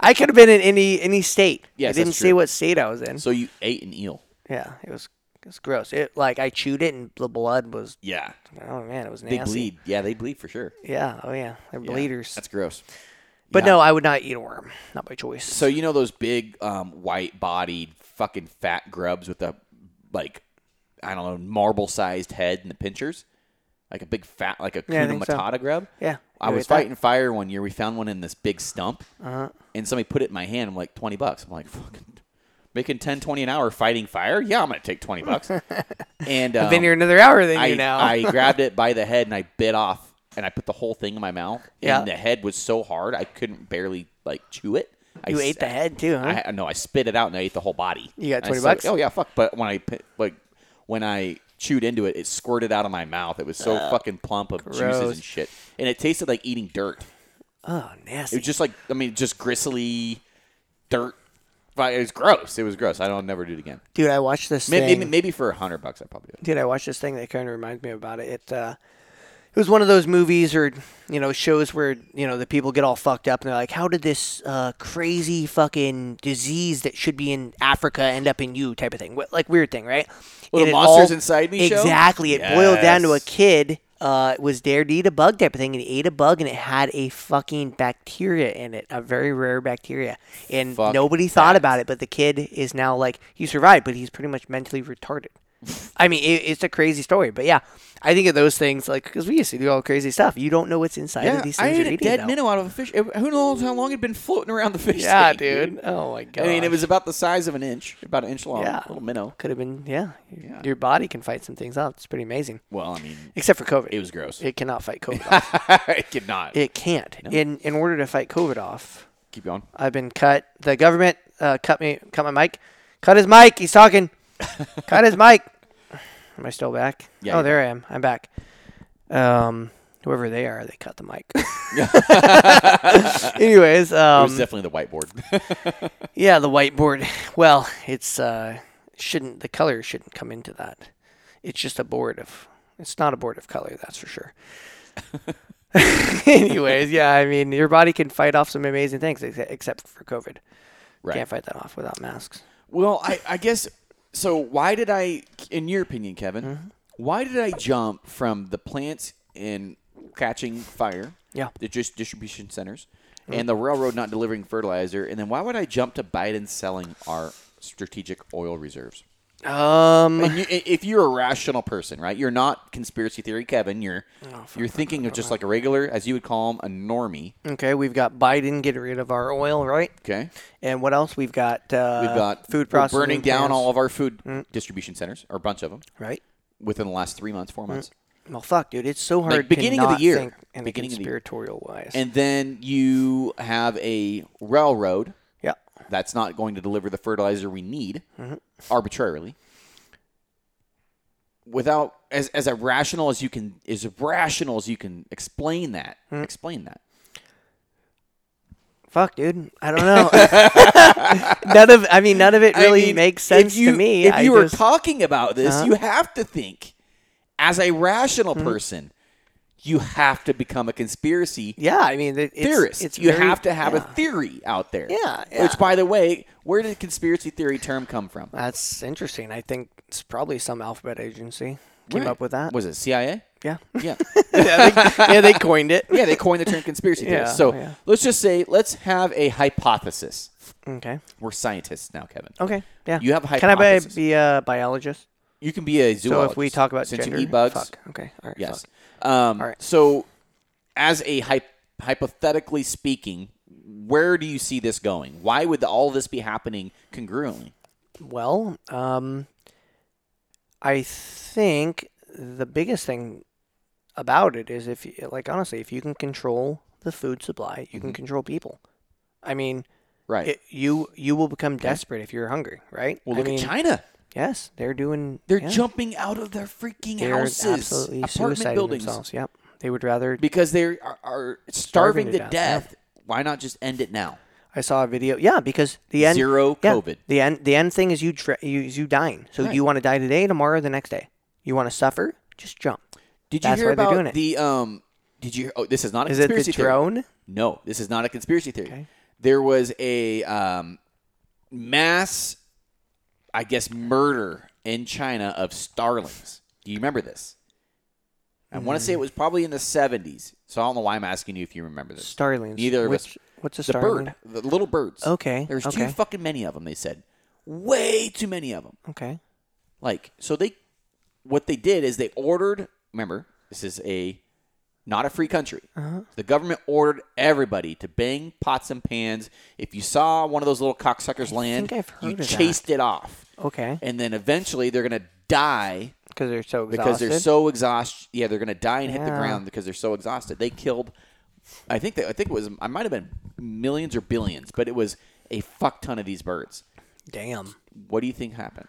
S1: I could have been in any any state.
S2: Yes,
S1: I didn't
S2: that's
S1: say
S2: true.
S1: what state I was in.
S2: so you ate an eel.
S1: yeah, it was it was gross. It like I chewed it and the blood was
S2: Yeah.
S1: oh man, it was
S2: They
S1: nasty.
S2: bleed. Yeah, they bleed for sure.
S1: Yeah, oh yeah, they're
S2: Yeah.
S1: bleeders.
S2: That's gross.
S1: But
S2: Yeah.
S1: no, I would not eat a worm. Not by choice.
S2: So you know those big um, white bodied fucking fat grubs with a like I don't know, marble sized head and the pinchers? Like a big fat like a
S1: Yeah, I
S2: Kuna
S1: think so.
S2: Matata grub?
S1: yeah,
S2: I
S1: you
S2: was
S1: ate that?
S2: fighting fire one year. We found one in this big stump,
S1: Uh-huh.
S2: and somebody put it in my hand. I'm like, 20 bucks. I'm like, fucking, making 10, 20 an hour fighting fire? Yeah, I'm going to take
S1: <laughs>
S2: 20 bucks. and um,
S1: Been here another hour than
S2: I,
S1: you now.
S2: I grabbed it by the head and I bit off, and I put the whole thing in my mouth.
S1: Yeah.
S2: And the head was so hard, I couldn't barely, like, chew it. I
S1: you
S2: s-
S1: ate the head too, huh?
S2: I, no, I spit it out and I ate the whole body.
S1: You got
S2: And I
S1: 20
S2: said,
S1: bucks?
S2: Oh yeah, fuck. But when I pi- like when I chewed into it, it squirted out of my mouth. It was so fucking plump of juices
S1: Ah, gross.
S2: and shit, and it tasted like eating dirt.
S1: oh,
S2: It
S1: nasty.
S2: was just like I mean, just gristly dirt. But it was gross. It was gross. I don't never do it again.
S1: Dude, I watched this
S2: Maybe,
S1: thing.
S2: maybe, maybe for a hundred bucks, I probably do.
S1: Dude, I watched this thing that kind of reminds me about it. It uh, it was one of those movies or you know shows where you know the people get all fucked up and they're like, "How did this uh, crazy fucking disease that should be in Africa end up in you?" type of thing, Wh- like weird thing, right?
S2: Little
S1: And it
S2: Monsters Inside Me show?
S1: Exactly. It boiled down to a
S2: Yes.
S1: kid uh, was dared to eat a bug type of thing, and he ate a bug, and it had a fucking bacteria in it, a very rare bacteria, and
S2: Fuck
S1: nobody thought about it. But the kid is now like he survived, but he's pretty much mentally retarded. I mean, it, it's a crazy story, but yeah, I think of those things like because we used to do all crazy stuff. You don't know what's inside of these things you're eating. though.
S2: minnow out of a fish. Who knows how long it'd been floating around the
S1: <laughs>
S2: fish?
S1: Yeah, dude. Oh my god.
S2: I mean, it was about the size of an inch, about an inch long.
S1: Yeah.
S2: Little minnow.
S1: could have been. Yeah, your,
S2: Yeah.
S1: your body can fight some things off. It's pretty amazing,
S2: Well, I mean,
S1: except for COVID.
S2: it was gross.
S1: It cannot fight COVID. off.
S2: <laughs> it could not.
S1: It can't. In in order to fight COVID off,
S2: Keep going.
S1: I've been cut. The government uh, cut me. Cut my mic. Cut his mic. He's
S2: <laughs>
S1: talking. cut his mic. Am I still back?
S2: Yeah,
S1: Oh,
S2: you're
S1: there I am. I'm back. Um, whoever they are, they cut the
S2: <laughs>
S1: mic. <laughs> Anyways,
S2: It
S1: um,
S2: was definitely the whiteboard. <laughs>
S1: yeah, the whiteboard. <laughs> Well, it's uh, shouldn't the color shouldn't come into that. It's just a board of. It's not a board of color, that's for
S2: <laughs>
S1: sure. <laughs> Anyways, yeah, I mean, your body can fight off some amazing things, ex- except for COVID.
S2: Right.
S1: Can't fight that off without masks.
S2: Well, I, I guess so. Why did I, in your opinion, Kevin, why did I jump from the plants in catching fire,
S1: Yeah.
S2: the just distribution centers, and the railroad not delivering fertilizer, and then why would I jump to Biden selling our strategic oil reserves.
S1: Um,
S2: And you, i- if you're a rational person, right? You're not conspiracy theory Kevin. You're you're thinking of just like a regular, as you would call him, a normie.
S1: okay, we've got Biden getting rid of our oil, right?
S2: Okay,
S1: And what else? We've got uh,
S2: we've got
S1: food
S2: we're
S1: processing
S2: burning down
S1: plants,
S2: all of our food distribution centers, or a bunch of them,
S1: right.
S2: within the last three months, four months.
S1: Well, fuck, dude, it's so hard. to
S2: beginning of the
S1: not
S2: year.
S1: think in the
S2: Beginning of the year.
S1: conspiratorial wise.
S2: And then you have a railroad
S1: yeah,
S2: that's not going to deliver the fertilizer we need arbitrarily. Without as as irrational as you can as rational as you can explain that. Explain that.
S1: fuck, dude, I don't
S2: <laughs>
S1: know. <laughs> none of, I mean, none of it
S2: I
S1: really
S2: mean,
S1: makes
S2: if
S1: sense
S2: you-
S1: to me.
S2: If
S1: I
S2: you were
S1: just- Uh-huh.
S2: talking about this, you have to think as a rational
S1: Mm-hmm.
S2: person. You have to become a conspiracy
S1: yeah, I mean, it, it's,
S2: theorist.
S1: It's
S2: you
S1: very-
S2: have to have a
S1: yeah.
S2: theory out there.
S1: Yeah, yeah. Uh,
S2: Which, by the way, where did conspiracy theory term come from?
S1: That's interesting. I think it's probably some alphabet agency came
S2: Right.
S1: up with that.
S2: Was
S1: <laughs>
S2: it CIA?
S1: yeah.
S2: Yeah.
S1: yeah, they, yeah, they coined
S2: <laughs>
S1: it.
S2: yeah, they coined the term conspiracy theorist.
S1: Yeah,
S2: so
S1: yeah.
S2: let's just say, let's have a hypothesis.
S1: Okay.
S2: We're scientists now, Kevin.
S1: Okay. Oh, Yeah.
S2: You have a
S1: Can I
S2: hypothesis.
S1: be, be a biologist?
S2: You can be a
S1: So
S2: zoologist.
S1: if we talk about
S2: since
S1: gender,
S2: you eat bugs,
S1: fuck. Okay. All right.
S2: yes.
S1: fuck.
S2: Um,
S1: All right.
S2: So, as a hy- hypothetically speaking, where do you see this going? Why would all this be happening congruently?
S1: Well, um, I think the biggest thing about it is if, you, like, honestly, if you can control the food supply, you can control people. I mean,
S2: Mm-hmm. Right.
S1: it, you you will become desperate if you're hungry, right?
S2: well,
S1: I
S2: look
S1: mean,
S2: at China.
S1: yes, they're doing.
S2: They're
S1: yeah.
S2: jumping out of their freaking
S1: They're
S2: houses,
S1: absolutely
S2: apartment
S1: suiciding
S2: buildings,
S1: themselves. Yep. They would rather.
S2: because they are, are starving,
S1: to
S2: to
S1: death,
S2: death.
S1: yeah.
S2: Why not just end it now?
S1: I saw a video. Yeah, because the end.
S2: Zero
S1: yeah,
S2: COVID.
S1: The end. The end thing is you. Tra- you is you dying. So
S2: Right.
S1: you want to die today, tomorrow, the next day. You want to suffer? Just jump.
S2: Did you
S1: That's
S2: hear
S1: why they're
S2: about
S1: doing it.
S2: the um? Did you? Oh, this is not a
S1: Is it the
S2: conspiracy theory.
S1: drone?
S2: No, this is not a conspiracy theory.
S1: Okay.
S2: There was a um, mass, I guess, murder in China of starlings. Do you remember this? I want to
S1: Mm.
S2: say it was probably in the seventies. So I don't know why I'm asking you if you remember this.
S1: Starlings.
S2: Neither of us.
S1: Which, What's a
S2: the
S1: starling?
S2: bird, the little birds.
S1: Okay,
S2: There's
S1: okay.
S2: too fucking many of them. They said, way too many of them.
S1: Okay.
S2: Like, so they, what they did is they ordered. Remember, this is a not a free country.
S1: Uh-huh.
S2: The government ordered everybody to bang pots and pans. If you saw one of those little cocksuckers land,
S1: I've heard
S2: you
S1: of that.
S2: chased it off,
S1: Okay.
S2: and then eventually they're gonna die
S1: Because they're so exhausted.
S2: because they're so exhausted. Yeah, they're gonna die and hit the
S1: Yeah.
S2: ground because they're so exhausted. They killed. I think that I think it was I might have been millions or billions, but it was a fuck ton of these birds.
S1: Damn.
S2: What do you think happened?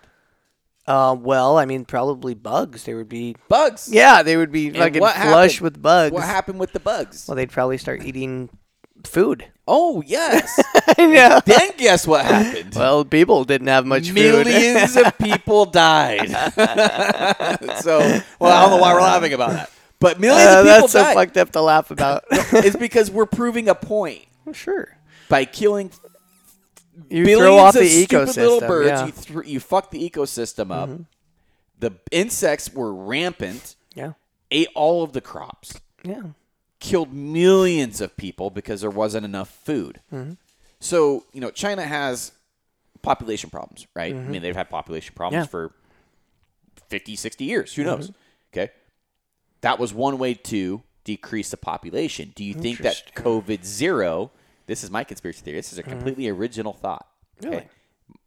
S1: Uh, well, I mean, probably bugs. They would be.
S2: Bugs.
S1: Yeah, they would be
S2: And
S1: fucking
S2: what
S1: flush
S2: happened?
S1: with bugs.
S2: What happened with the bugs?
S1: Well, they'd probably start eating food.
S2: <laughs>
S1: <laughs>
S2: Oh yes.
S1: yeah.
S2: then guess what happened?
S1: Well, people didn't have much food. <laughs>
S2: Millions of people died. so, well, I don't know why we're laughing about that, but millions
S1: Uh,
S2: of people
S1: that's so
S2: died.
S1: fucked up to laugh about.
S2: <laughs> it's because we're proving a point
S1: sure.
S2: by killing
S1: You
S2: billions
S1: throw off
S2: of
S1: the
S2: stupid
S1: ecosystem.
S2: little birds.
S1: yeah. Mm-hmm.
S2: You, thr you fuck the ecosystem up. The insects were rampant,
S1: yeah.
S2: ate all of the crops.
S1: Yeah.
S2: killed millions of people because there wasn't enough food.
S1: Mm-hmm.
S2: So, you know, China has population problems, right? I mean, they've had population problems
S1: Mm-hmm. Yeah. Mm-hmm.
S2: for 50, 60 years. Who knows? Okay. That was one way to decrease the population. Do you think that COVID zero, this is my conspiracy theory, this is a completely original thought. Okay?
S1: Mm-hmm. Really?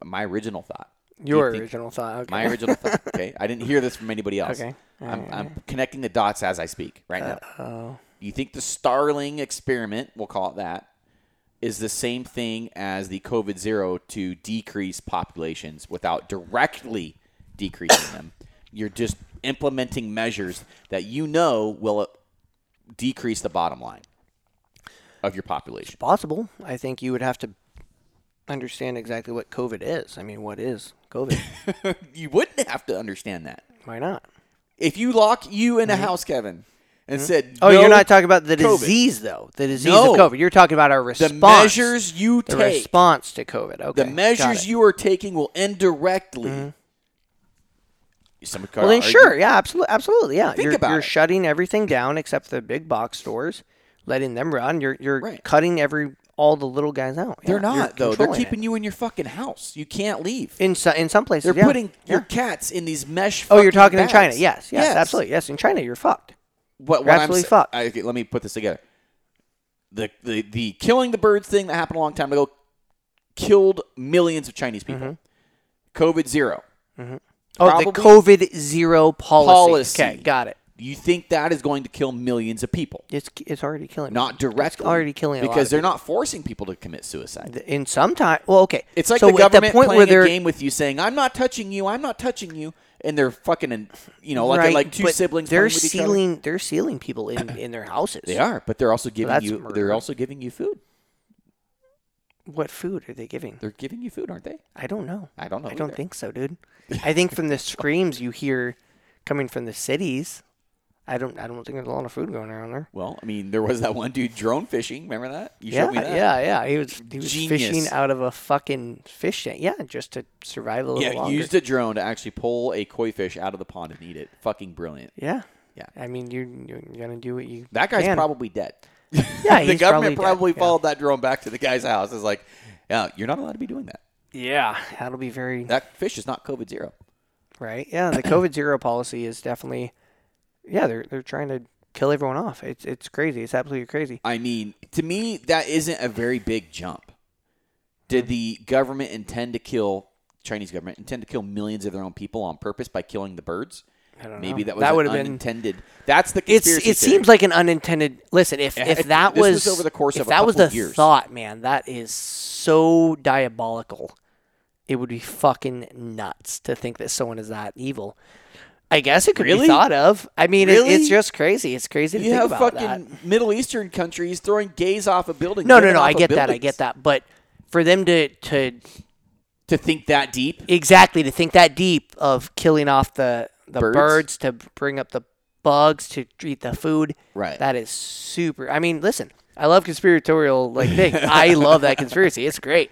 S2: My original thought. Do you
S1: Your
S2: think-
S1: original thought. Okay.
S2: my original thought. Okay, I didn't hear this from anybody else.
S1: Okay.
S2: I'm, I'm connecting the dots as I speak right now. You think the Starling experiment, we'll call it that, is the same thing as the COVID zero to decrease populations without directly decreasing them? You're just implementing measures that you know will uh, decrease the bottom line of your population.
S1: possible. I think you would have to understand exactly what COVID is. I mean, what is <laughs> COVID?
S2: You wouldn't have to understand that
S1: Why not?
S2: if you lock you in a house, Kevin, and said,
S1: Oh,
S2: "No
S1: you're not talking about the
S2: COVID."
S1: disease, though. The disease
S2: No.
S1: of COVID. You're talking about our
S2: The
S1: response.
S2: measures you
S1: The
S2: take,
S1: response to COVID. Okay.
S2: the measures
S1: got it. Mm-hmm.
S2: you are taking will indirectly. Some would call
S1: Well, then
S2: it argu-
S1: sure. Yeah, absolutely. Absolutely. Yeah. you're
S2: about
S1: you're
S2: it.
S1: shutting everything down except the big box stores, letting them run. You're you're
S2: Right.
S1: cutting every all the little guys out.
S2: They're
S1: Yeah, you're
S2: not though. They're
S1: controlling it.
S2: keeping you in your fucking house. You can't leave.
S1: in so, in some places.
S2: They're
S1: yeah.
S2: putting
S1: Yeah.
S2: your cats in these mesh.
S1: Oh, you're
S2: fucking
S1: talking in China.
S2: bags.
S1: Yes, yes, absolutely. Yes, in China you're fucked.
S2: What, what
S1: You're
S2: I'm
S1: absolutely
S2: sa-
S1: fucked.
S2: I- okay, let me put this together. The, the the killing the birds thing that happened a long time ago killed millions of Chinese people.
S1: Mm-hmm.
S2: COVID zero.
S1: Oh, the
S2: Probably-
S1: COVID zero policy.
S2: Policy.
S1: Okay, got it.
S2: You think that is going to kill millions of people?
S1: It's it's already killing.
S2: Not directly.
S1: already killing a lot
S2: because
S1: of
S2: they're not forcing people to commit suicide.
S1: people. in some time. Well, okay.
S2: It's like
S1: so
S2: the
S1: at
S2: government
S1: the point
S2: playing
S1: where they're
S2: a game with you, saying "I'm not touching you, I'm not touching you," and they're fucking, in, you know, like
S1: right,
S2: like two
S1: but
S2: siblings
S1: They're
S2: playing with each other.
S1: sealing. They're sealing people
S2: <coughs>
S1: in in their houses.
S2: They are, but they're also giving
S1: that's
S2: you.
S1: murder.
S2: They're also giving you food.
S1: What food are they giving?
S2: They're giving you food, aren't they?
S1: I don't know.
S2: I don't know
S1: I don't
S2: either.
S1: think so,
S2: <laughs>
S1: dude. I think from the screams you hear coming from the cities, I don't. I don't think there's a lot of food going around there.
S2: Well, I mean, there was that one dude drone fishing. Remember that? You
S1: yeah,
S2: showed me that.
S1: yeah, yeah. He was he was fishing
S2: Genius.
S1: out of a fucking fish tank. Yeah, just to survive a little
S2: Yeah,
S1: longer.
S2: used a drone to actually pull a koi fish out of the pond and eat it. Fucking brilliant.
S1: yeah,
S2: Yeah.
S1: I mean, you're, you're gonna do what you.
S2: That guy's
S1: can.
S2: probably dead.
S1: <laughs> Yeah,
S2: <laughs> the
S1: he's
S2: government
S1: probably
S2: probably,
S1: dead, yeah.
S2: followed that drone back to the guy's house. It's like, yeah, you're not allowed to be doing that.
S1: Yeah, that'll be very
S2: That fish is not COVID zero.
S1: right. Yeah, the COVID zero policy is definitely. Yeah, they're they're trying to kill everyone off. It's it's crazy. It's absolutely crazy.
S2: I mean, to me, that isn't a very big jump. Did the government intend to kill Chinese government intend to kill millions of their own people on purpose by killing the birds?
S1: I don't
S2: Maybe
S1: know.
S2: that was
S1: That
S2: an
S1: would've been-
S2: unintended. That's the
S1: It's
S2: conspiracy.
S1: it
S2: theory.
S1: seems like an unintended. Listen, if
S2: Yeah,
S1: if
S2: it-
S1: that
S2: this
S1: was,
S2: was over the course
S1: if
S2: of a
S1: that was
S2: couple
S1: the
S2: of years.
S1: thought, man, that is so diabolical. It would be fucking nuts to think that someone is that evil. I guess it could be
S2: Really?
S1: thought of. I mean, it-
S2: Really?
S1: it's just crazy. It's crazy to
S2: You
S1: think
S2: have
S1: about that.
S2: fucking Middle Eastern countries throwing gays off a building.
S1: No, no, no. I get that. I get that. But for them to to
S2: To think that deep,
S1: exactly to think that deep of killing off the the birds,
S2: Birds?
S1: to bring up the bugs to eat the food
S2: Right.
S1: that is super i mean listen i love conspiratorial like
S2: <laughs>
S1: things i love that conspiracy it's great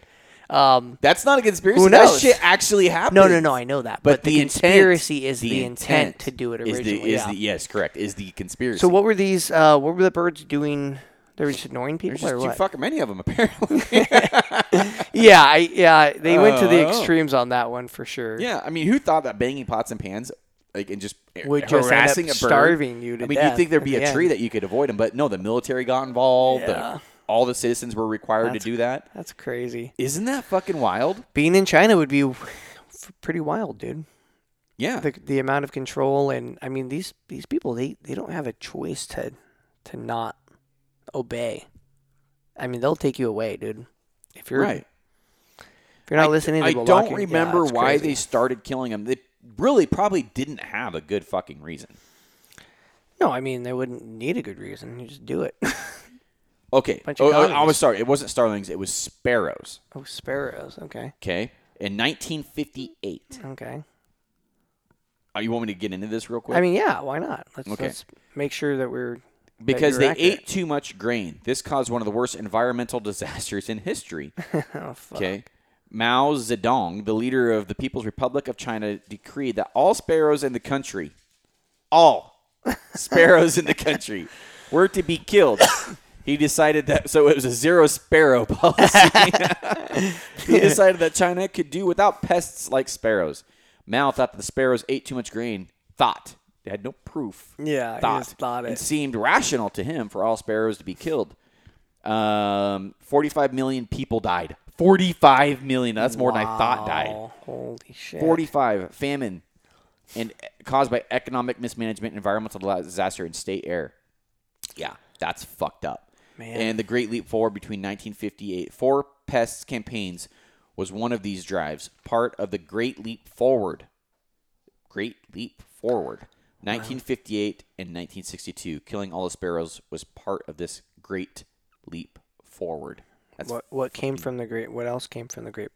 S1: um
S2: that's not a conspiracy.
S1: Who
S2: That
S1: knows?
S2: shit actually happened.
S1: no no no i know that but, the,
S2: intent-
S1: conspiracy is the, intent, to do it
S2: is the-
S1: originally
S2: is
S1: yeah.
S2: the- yes, correct. Is the conspiracy.
S1: so what were these uh what were the birds doing they were just annoying people
S2: There's just
S1: or
S2: too
S1: what
S2: fucking many of them <laughs> apparently.
S1: yeah i yeah they went to the
S2: Oh.
S1: extremes on that one for sure
S2: yeah, I mean, who thought that banging pots and pans, like, and just
S1: Would just end up
S2: harassing a bird,
S1: starving you to
S2: I mean,
S1: death
S2: you think there'd
S1: in
S2: be
S1: the
S2: a
S1: end.
S2: tree that you could avoid them, but no, the military got involved. the-
S1: Yeah.
S2: all the citizens were required to do that.
S1: that's crazy
S2: Isn't that fucking wild?
S1: being in china would be pretty wild dude
S2: Yeah.
S1: the the amount of control and I mean these these people they they don't have a choice to to not obey. I mean they'll take you away, dude. If you're
S2: right.
S1: if you're not listening,
S2: I
S1: they will lock
S2: don't
S1: you- yeah,
S2: remember
S1: it's
S2: why
S1: crazy.
S2: they started killing them. They really probably didn't have a good fucking reason.
S1: No, I mean they wouldn't need a good reason. You just do
S2: <laughs>
S1: it.
S2: Okay.
S1: Bunch of
S2: Oh, oh, I
S1: colonies.
S2: was sorry. It wasn't starlings. It was sparrows.
S1: oh, sparrows. Okay,
S2: Okay. In 1958.
S1: okay.
S2: Oh, you want me to get into this real quick?
S1: I mean, yeah, why not? Let's,
S2: Okay.
S1: let's make sure that we're
S2: because
S1: you're
S2: they
S1: accurate.
S2: ate too much grain. This caused one of the worst environmental <laughs> disasters in history.
S1: <laughs> oh, fuck.
S2: Okay. Mao Zedong, the leader of the People's Republic of China, decreed that all sparrows in the country, all sparrows in the country, were to be killed. He decided that, so it was a zero sparrow <laughs> policy. he decided that China could do without pests like sparrows. Mao thought that the sparrows ate too much grain. Thought. They had no proof.
S1: Yeah, he
S2: Thought.
S1: just thought it.
S2: It seemed rational to him for all sparrows to be killed. Um, 45 million people died. 45 million. That's more than I thought died.
S1: Oh, holy shit.
S2: 45 famine and e- caused by economic mismanagement, environmental la- disaster, and state air. Yeah, that's fucked up.
S1: Man.
S2: And the Great Leap Forward between 1958, four pests campaigns was one of these drives, part of the Great Leap Forward. Great Leap Forward. 1958 and 1962, killing all the sparrows was part of this Great Leap Forward. That's
S1: What what came from the great? What else came from the great?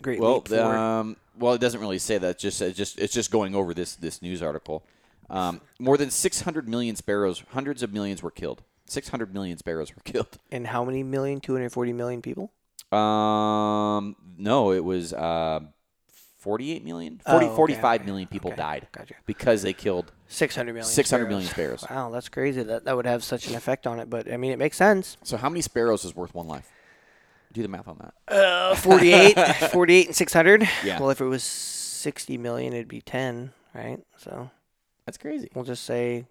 S1: Great
S2: well,
S1: leap forward?
S2: um, well, it doesn't really say that. It's just, it's just it's just going over this this news article. Um, more than 600 million sparrows, hundreds of millions were killed. 600 million sparrows were killed.
S1: and how many million? Two hundred forty million people.
S2: Um, no, it was uh, 48 million, 40,
S1: Oh, okay,
S2: 45
S1: okay,
S2: million people
S1: okay.
S2: died
S1: Gotcha.
S2: because they killed
S1: Six hundred million.
S2: 600
S1: sparrows.
S2: million sparrows.
S1: <laughs> Wow,
S2: <laughs>
S1: that's crazy that that would have such an effect on it. But I mean, it makes sense.
S2: So how many sparrows is worth one life? Do the math on that.
S1: Uh, 48, 48 and 600.
S2: Yeah.
S1: Well, if it was 60 million, it'd be 10, right? So
S2: That's crazy.
S1: we'll just say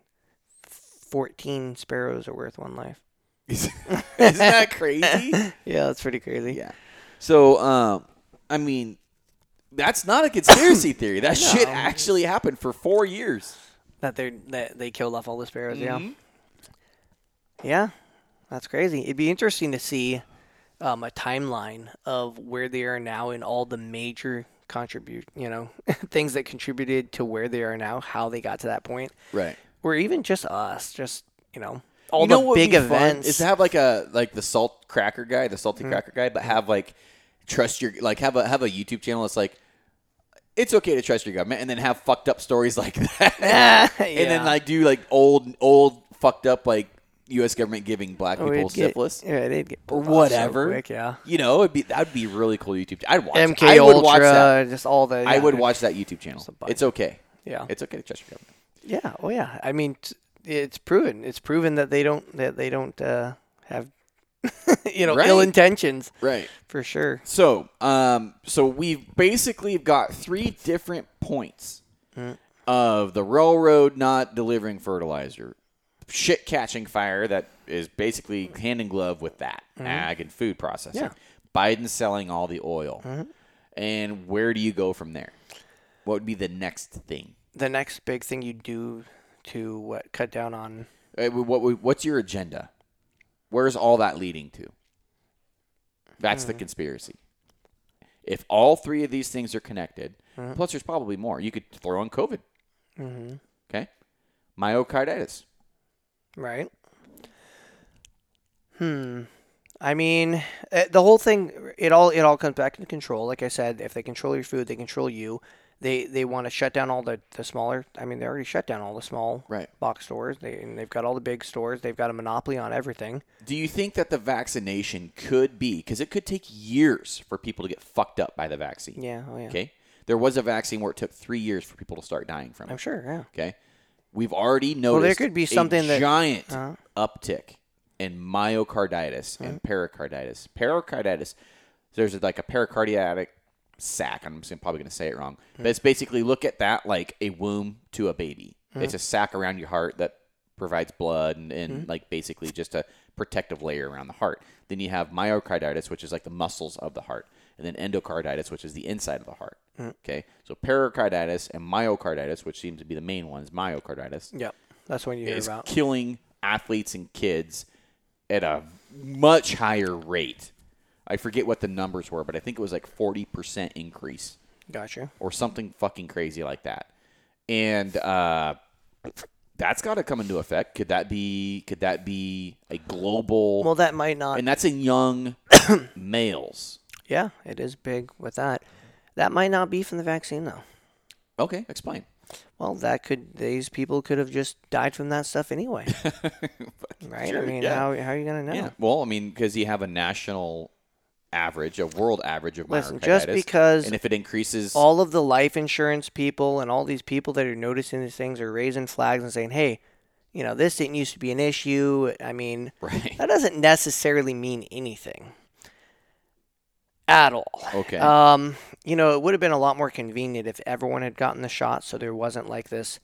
S1: 14 sparrows are worth one life.
S2: <laughs> Isn't that crazy?
S1: Yeah, that's pretty crazy.
S2: Yeah. So, um, I mean, that's not
S1: <coughs>
S2: a conspiracy theory. That shit
S1: No.
S2: actually happened for four years.
S1: That they that they killed off all the sparrows.
S2: Mhm.
S1: Yeah, yeah, that's crazy. It'd be interesting to see um, a timeline of where they are now and all the major contribute, you know, <laughs> things that contributed to where they are now, how they got to that point,
S2: Right.
S1: or even just us, just you know, all
S2: you know
S1: the
S2: what
S1: big
S2: would be fun
S1: events.
S2: is to have like a like the salt cracker guy, the salty
S1: Hmm.
S2: cracker guy, but have like trust your like have a have a YouTube channel that's like it's okay to trust your government, and then have fucked up stories <laughs> like that, and
S1: <laughs> Yeah.
S2: then like do like old old fucked up like U.S. government giving black
S1: We'd
S2: people
S1: Oh, get-
S2: syphilis.
S1: Yeah, they'd get pulled
S2: Or
S1: off so
S2: whatever,
S1: quick, yeah.
S2: You know, it'd be that'd be really cool YouTube. I'd watch. it.
S1: MK
S2: I would
S1: Ultra,
S2: watch that.
S1: just all the.
S2: I
S1: yeah,
S2: would
S1: dude.
S2: watch that YouTube channel.
S1: a bunch.
S2: It's okay.
S1: Yeah.
S2: It's okay to trust your government.
S1: Yeah. Oh, yeah. I mean, t- it's proven. It's proven that they don't that they don't uh, have <laughs> you know ill
S2: Right.
S1: intentions
S2: Right.
S1: for sure.
S2: So, um, so we've basically got three different points
S1: Mm.
S2: of the railroad not delivering fertilizer, shit catching fire that is basically hand in glove with that ag and food processing.
S1: Mm-hmm. Yeah. Mm-hmm.
S2: Biden selling all the oil, and where do you go from there? What would be the next thing?
S1: The next big thing you do to what cut down on
S2: Uh, What, what what's your agenda? Where's all that leading to? That's
S1: Hmm.
S2: the conspiracy. If all three of these things are connected,
S1: Uh-huh.
S2: plus there's probably more. You could throw in COVID.
S1: Mm-hmm.
S2: Okay, myocarditis.
S1: right. Hmm. I mean, eh, the whole thing it all it all comes back to control. Like I said, if they control your food, they control you. They they want to shut down all the, the smaller. I mean, they already shut down all the small
S2: Right.
S1: box stores. They and they've got all the big stores. They've got a monopoly on everything.
S2: Do you think that the vaccination could be because it could take years for people to get fucked up by the vaccine?
S1: Yeah. Oh yeah.
S2: Okay, there was a vaccine where it took three years for people to start dying from it.
S1: I'm sure. Yeah.
S2: Okay, we've already noticed
S1: could be
S2: a
S1: something that-
S2: giant uptick in myocarditis and pericarditis. Pericarditis, there's like a pericardiatic sac. I'm just probably going to say it wrong, but it's basically look at that like a womb to a baby. It's a sac around your heart that provides blood and, and like basically just a protective layer around the heart. Then you have myocarditis, which is like the muscles of the heart, and then endocarditis, which is the inside of the heart. Okay, so pericarditis and myocarditis, which seems to be the main ones, myocarditis
S1: Yep. That's when you hear
S2: is
S1: about.
S2: killing athletes and kids at a much higher rate. I forget what the numbers were, but I think it was like 40% increase
S1: Gotcha.
S2: or something fucking crazy like that. And uh, that's got to come into effect. Could that be could that be a global
S1: Well, that might not.
S2: and that's in
S1: <coughs>
S2: young males.
S1: yeah, it is big with that. That might not be from the vaccine though.
S2: Okay, explain.
S1: Well, that could these people could have just died from that stuff <laughs> anyway, right? I
S2: sure,
S1: mean,
S2: yeah.
S1: how how are you gonna know?
S2: Yeah. Well, I mean, because you have a national average, a world average of
S1: Listen,
S2: myocarditis,
S1: just because
S2: and if it increases,
S1: All of the life insurance people and all these people that are noticing these things are raising flags and saying, "Hey, you know, this didn't used to be an issue." I mean,
S2: <laughs> right?
S1: <laughs> that doesn't necessarily mean anything at all.
S2: Okay.
S1: Um, you know, it would have been a lot more convenient if everyone had gotten the shot, so there wasn't like this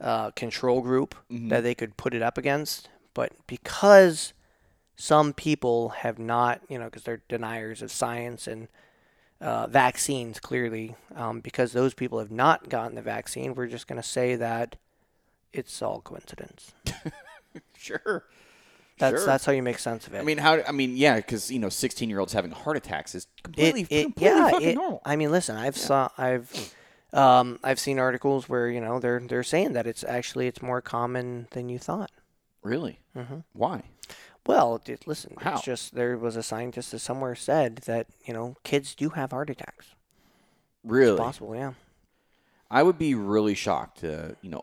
S1: uh, control group that they could put it up against. But because some people have not, you know, because they're deniers of science and uh, vaccines, clearly, um, because those people have not gotten the vaccine, we're just going to say that it's all coincidence.
S2: sure.
S1: That's
S2: Sure.
S1: that's how you make sense of it.
S2: I mean, how? I mean, yeah, because you know, sixteen-year-olds having heart attacks is completely, completely fucking
S1: it-
S2: normal.
S1: I mean, listen, I've saw I've um, I've seen articles where you know they're they're saying that it's actually it's more common than you thought.
S2: really?
S1: Mm-hmm.
S2: Why?
S1: Well, dude, listen,
S2: How?
S1: it's just there was a scientist that somewhere said that you know kids do have heart attacks.
S2: Really?
S1: Possible, yeah.
S2: I would be really shocked. To, you know,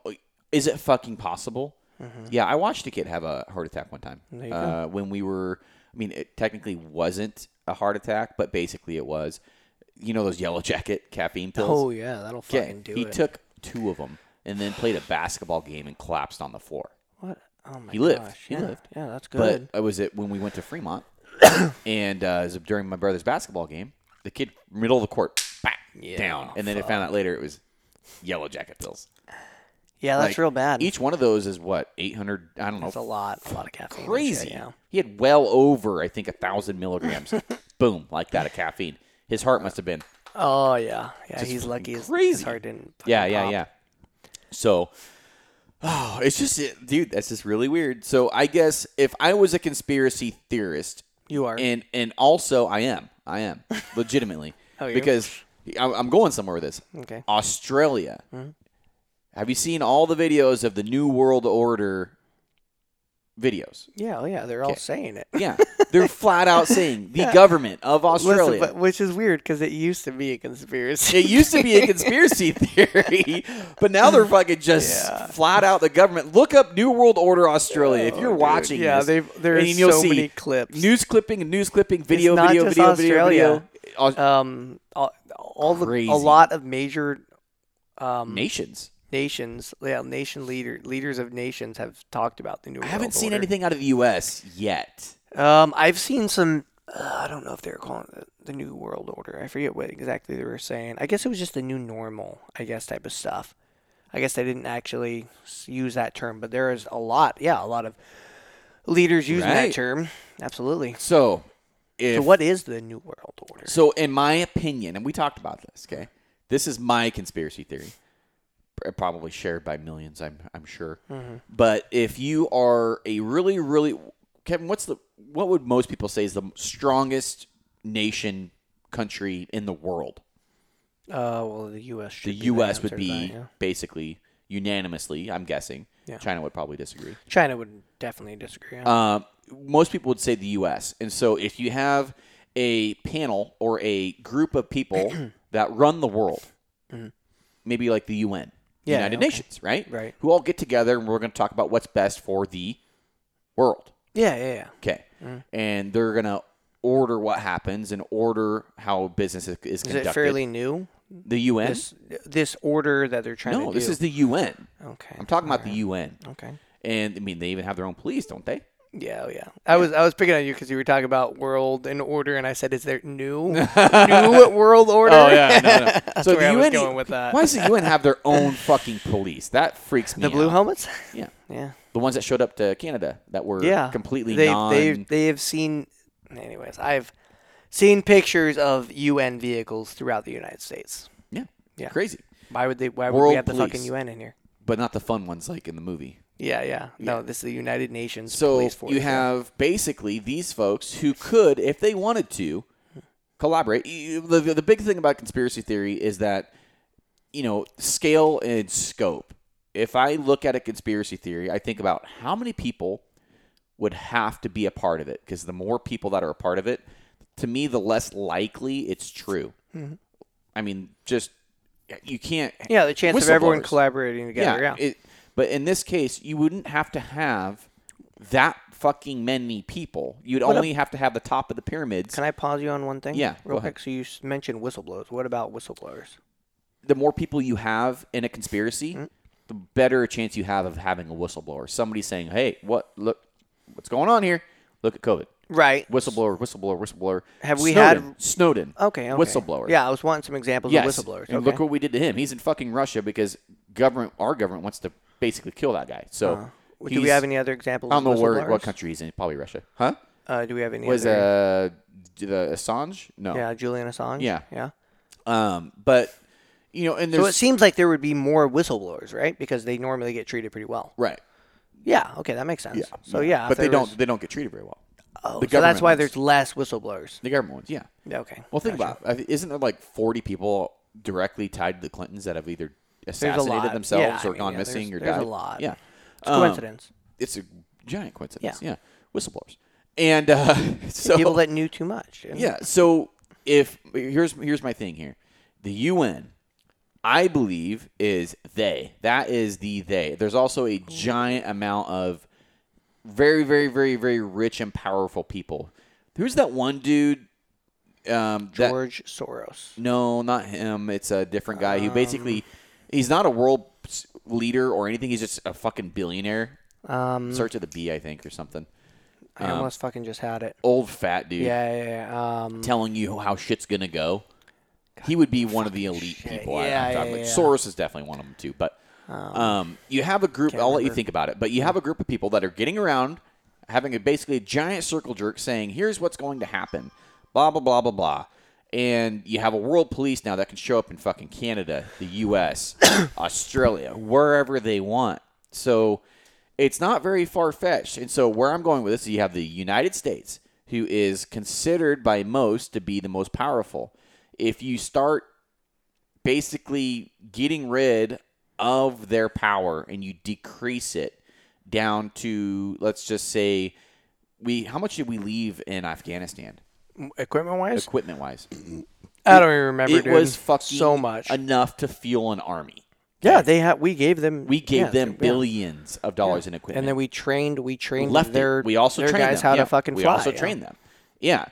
S2: is it fucking possible? Yeah, I watched a kid have a heart attack one time
S1: Mm-hmm. There you go.
S2: uh, when we were. I mean, it technically wasn't a heart attack, but basically it was. You know those yellow jacket caffeine pills.
S1: Oh yeah, that'll fucking do
S2: he
S1: it.
S2: took two of them and then played a basketball game and collapsed on the floor.
S1: what? Oh my
S2: He lived.
S1: gosh,
S2: He
S1: yeah.
S2: lived.
S1: Yeah, that's good. <coughs>
S2: But I was it when we went to Fremont. and uh, it was during my brother's basketball game. The kid, middle of the court, back, down. And then I found out later it was yellow jacket pills.
S1: Yeah, that's
S2: Like,
S1: real bad.
S2: Each one of those is what, 800, I don't know,
S1: That's a lot, a lot of caffeine. and shit,
S2: crazy.
S1: yeah.
S2: He had well over, I think, a
S1: <laughs>
S2: thousand milligrams. Boom, like that of caffeine. His heart must have been.
S1: Oh yeah, yeah. he's lucky. His, his
S2: crazy.
S1: heart didn't.
S2: Yeah,
S1: fucking
S2: yeah,
S1: pop.
S2: yeah. So, <sighs> oh, it's just, it, dude, that's just really weird. So, I guess if I was a conspiracy theorist,
S1: You are.
S2: and and also I am,
S1: <laughs>
S2: I am, legitimately,
S1: Oh, you?
S2: because I'm I'm going somewhere with this.
S1: Okay.
S2: Australia.
S1: Uh-huh.
S2: Have you seen all the videos of the New World Order videos?
S1: Yeah, oh yeah. They're all saying it. <laughs>
S2: Yeah, they're flat out saying the government of
S1: Listen,
S2: Australia.
S1: but, which is weird because it used to be a conspiracy.
S2: It used to be a conspiracy theory, but now they're fucking just flat out the government. Look up New World Order Australia if you're watching.
S1: Oh, Yeah,
S2: this,
S1: they've- there
S2: and
S1: is
S2: you'll
S1: so
S2: see
S1: many clips.
S2: news clipping, and news clipping, video,
S1: not
S2: video,
S1: just
S2: video,
S1: Australia.
S2: video, video.
S1: <laughs>
S2: Aus-
S1: um, all, all the
S2: Crazy.
S1: a lot of major
S2: Mm-hmm.
S1: um,
S2: nations.
S1: nations, yeah, nation leader leaders of nations have talked about the new.
S2: I haven't
S1: world
S2: seen
S1: order.
S2: anything out of the U.S. yet.
S1: Um, I've seen some. Uh, I don't know if they were calling it the new world order. I forget what exactly they were saying. I guess it was just the new normal. I guess type of stuff. I guess they didn't actually s- use that term, but there is a lot. Yeah, a lot of leaders using that
S2: Right.
S1: term. Absolutely.
S2: So, if,
S1: So, what is the new world order?
S2: So, in my opinion, and we talked about this, okay? This is my conspiracy theory, pr- probably shared by millions, I'm, I'm sure.
S1: Mm-hmm.
S2: But if you are a really, really, Kevin, what's the, what would most people say is the strongest nation, country in the world?
S1: Uh, well, the U.S. Should
S2: The
S1: be
S2: U.S. would
S1: answer to
S2: be
S1: that, yeah.
S2: basically unanimously, I'm guessing.
S1: Yeah.
S2: China would probably disagree.
S1: China would definitely disagree. on
S2: Um, most people would say the U.S. And so if you have a panel or a group
S1: <clears throat>
S2: of people that run the world, maybe like the UN, the
S1: Mm-hmm. Yeah,
S2: United
S1: okay.
S2: Nations, right?
S1: Right.
S2: Who all get together and we're going to talk about what's best for the world.
S1: yeah, yeah, yeah.
S2: Okay.
S1: Mm.
S2: And they're going to order what happens and order how business is, is
S1: Is
S2: conducted.
S1: it fairly new?
S2: the UN?
S1: This this order that they're trying to
S2: no,
S1: do.
S2: this is the UN.
S1: okay.
S2: I'm talking about the UN.
S1: okay.
S2: And I mean, they even have their own police, don't they?
S1: Yeah, oh, yeah. I was I was picking on you because you were talking about world and order, and I said, "Is there
S2: <laughs>
S1: new new world order?"
S2: Oh,
S1: <laughs>
S2: no, no. so
S1: where
S2: the
S1: I was
S2: UN
S1: going with that.
S2: Why does the UN have their
S1: <laughs>
S2: own fucking police? That freaks me.
S1: the blue
S2: out.
S1: helmets. <laughs>
S2: yeah,
S1: Yeah,
S2: the ones that showed up to Canada that were
S1: yeah.
S2: completely
S1: They
S2: non.
S1: they they have seen. Anyways, I've seen pictures of UN vehicles throughout the United States.
S2: yeah,
S1: Yeah.
S2: crazy,
S1: Why would they? Why would we
S2: World
S1: have the fucking
S2: police.
S1: UN in here?
S2: but not the fun ones like in the movie.
S1: Yeah, yeah. No, this is the United Nations
S2: So
S1: police force.
S2: you
S1: yeah.
S2: have basically these folks who could, if they wanted to, collaborate. You- The, the big thing about conspiracy theory is that, you know, scale and scope. If I look at a conspiracy theory, I think about how many people would have to be a part of it because the more people that are a part of it, to me, the less likely it's true. I mean, just you can't.
S1: Mm-hmm. yeah the chance of everyone
S2: whistleblowers.
S1: collaborating together. Yeah,
S2: It, but in this case, you wouldn't have to have that fucking many people. You'd only have to have the top of the pyramids.
S1: Can I pause you on one thing?
S2: Yeah,
S1: real
S2: go ahead.
S1: quick. So you s- mentioned whistleblowers. What about whistleblowers?
S2: the more people you have in a conspiracy,
S1: Mm-hmm.
S2: the better a chance you have of having a whistleblower. Somebody saying, "Hey, what? Look, what's going on here? Look at COVID."
S1: Right.
S2: Whistleblower, whistleblower, whistleblower.
S1: Have we
S2: Snowden,
S1: had-
S2: Snowden?
S1: Okay, okay.
S2: Whistleblower.
S1: Yeah, I was wanting some examples
S2: Yes.
S1: of whistleblowers.
S2: And
S1: Okay.
S2: look what we did to him. He's in fucking Russia because government, our government, wants to basically kill that guy. So
S1: Uh, do we
S2: he's-
S1: have any other examples?
S2: I don't know
S1: of
S2: where,
S1: whistleblowers?
S2: what country he's in. Probably Russia. Huh?
S1: Uh, do we have any?
S2: Was
S1: other,
S2: uh the Assange? No.
S1: yeah, Julian Assange.
S2: yeah.
S1: yeah.
S2: Um, but you know, and
S1: So
S2: there's
S1: it seems like there would be more whistleblowers, right? Because they normally get treated pretty well.
S2: right.
S1: Yeah. Okay, that makes sense. so yeah, if
S2: but they
S1: there was-
S2: don't. They don't get treated very well.
S1: Oh,
S2: the
S1: so that's
S2: government
S1: why
S2: ones.
S1: there's less whistleblowers.
S2: The government ones, yeah.
S1: Yeah, Okay.
S2: Well, think about it. isn't there like 40 people directly tied to the Clintons that have either
S1: lot.
S2: assassinated themselves
S1: Yeah, I
S2: or
S1: mean,
S2: gone
S1: yeah,
S2: missing
S1: there's-
S2: or
S1: there's a
S2: died?
S1: lot.
S2: Yeah,
S1: It's
S2: Um,
S1: coincidence.
S2: it's a giant coincidence. Yeah, whistleblowers, and uh, <laughs> so
S1: People that knew too much. and-
S2: Yeah. So if here's here's my thing here, the UN, I believe is they. That is the they. There's also a giant amount of very very very very rich and powerful people. Who's that one dude? Um, that-
S1: George Soros.
S2: no, not him. It's a different guy who
S1: Um,
S2: basically he's not a world s- leader or anything. He's just a fucking billionaire.
S1: Um,
S2: Starts with a B, I think, or something.
S1: I almost fucking just had it.
S2: Old fat dude
S1: Yeah, yeah, yeah. Um,
S2: telling you how shit's gonna go. he would be one of the elite people. I,
S1: Yeah,
S2: am talking
S1: yeah,
S2: about.
S1: yeah. Oh.
S2: Soros is definitely one of them too. But um, you have a group. I'll let you
S1: remember.
S2: think about it. But you have a group of people that are getting around, having a basically a giant circle jerk, saying, "Here's what's going to happen," blah blah blah blah blah. And you have a world police now that can show up in fucking Canada, the
S1: <coughs>
S2: U.S., Australia, wherever they want. So it's not very far fetched. And so where I'm going with this is you have the United States, who is considered by most to be the most powerful. If you start basically getting rid of their power and you decrease it down to let's just say we how much did we leave in Afghanistan
S1: equipment wise,
S2: equipment
S1: <clears throat>
S2: wise
S1: I don't even remember.
S2: it
S1: dude.
S2: was fucking
S1: so much.
S2: enough to fuel an army
S1: yeah, they had. We gave them.
S2: we gave
S1: yeah,
S2: them
S1: yeah.
S2: billions of dollars in equipment
S1: And then we trained. We trained
S2: left
S1: their.
S2: it. We also
S1: their
S2: trained
S1: guys
S2: them.
S1: how
S2: Yeah,
S1: to fucking
S2: we
S1: fly.
S2: also
S1: yeah.
S2: trained them. Yeah,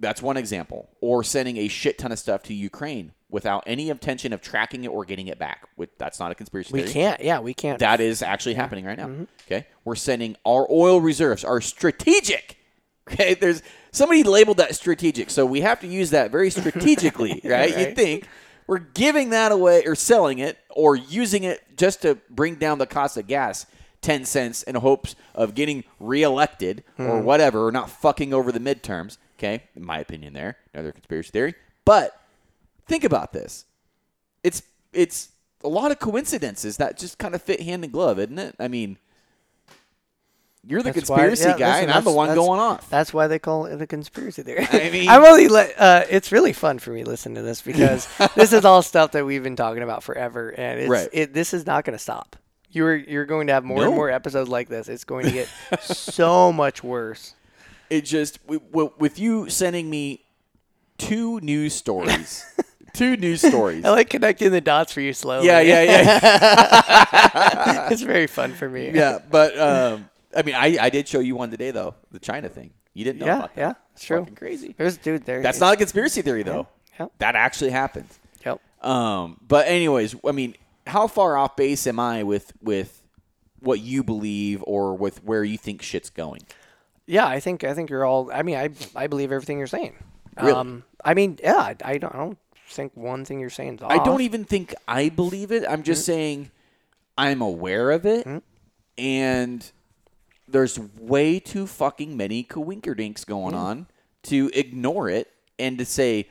S2: that's one example. Or sending a shit ton of stuff to Ukraine without any intention of tracking it or getting it back. Which that's not a conspiracy
S1: We
S2: theory.
S1: can't. Yeah, we can't.
S2: That is actually happening right now. Okay, we're sending our oil reserves, our strategic. <laughs> Okay, there's somebody labeled that strategic, so we have to use that very strategically, right? You
S1: Right.
S2: think we're giving that away or selling it or using it just to bring down the cost of gas ten cents in hopes of getting reelected or whatever, or not fucking over the midterms. Okay, in my opinion, there another conspiracy theory, but think about this it's it's a lot of coincidences that just kind of fit hand in glove, isn't it? I mean, you're the
S1: That's why-
S2: conspiracy
S1: yeah,
S2: guy,
S1: listen,
S2: and I'm the
S1: that's-
S2: one
S1: that's-
S2: going off.
S1: That's why they call it a conspiracy theory. <laughs>
S2: I mean-
S1: I'm only le- uh, it's really fun for me listening to
S2: <laughs>
S1: this because this is all stuff that we've been talking about forever, and it's,
S2: Right.
S1: it, this is not going to stop. You're you're going to have more and
S2: No.
S1: more episodes like this. It's going to
S2: <laughs>
S1: get so much worse.
S2: It just w- w- with you sending me two news
S1: <laughs>
S2: stories, two news stories.
S1: I like connecting the dots for you slowly.
S2: <laughs> Yeah, yeah,
S1: <laughs>
S2: yeah,
S1: it's very fun for me.
S2: <laughs> yeah. But um, I mean, I, I did show you one today though, the China thing. You didn't know
S1: Yeah,
S2: about that.
S1: yeah, it's true.
S2: Fucking crazy.
S1: There's dude there.
S2: That's not a conspiracy theory though.
S1: Yeah.
S2: That actually happened.
S1: Yep.
S2: Um, but anyways, I mean, how far off base am I with with what you believe or with where you think shit's going?
S1: Yeah, I think I think you're all. I mean, I I believe everything you're saying.
S2: Really?
S1: Um, I mean, yeah, I, I don't I don't think one thing you're saying is off.
S2: I don't even think I believe it. I'm just saying I'm aware of it, and there's way too fucking many coinkerdinks going on to ignore it and to say,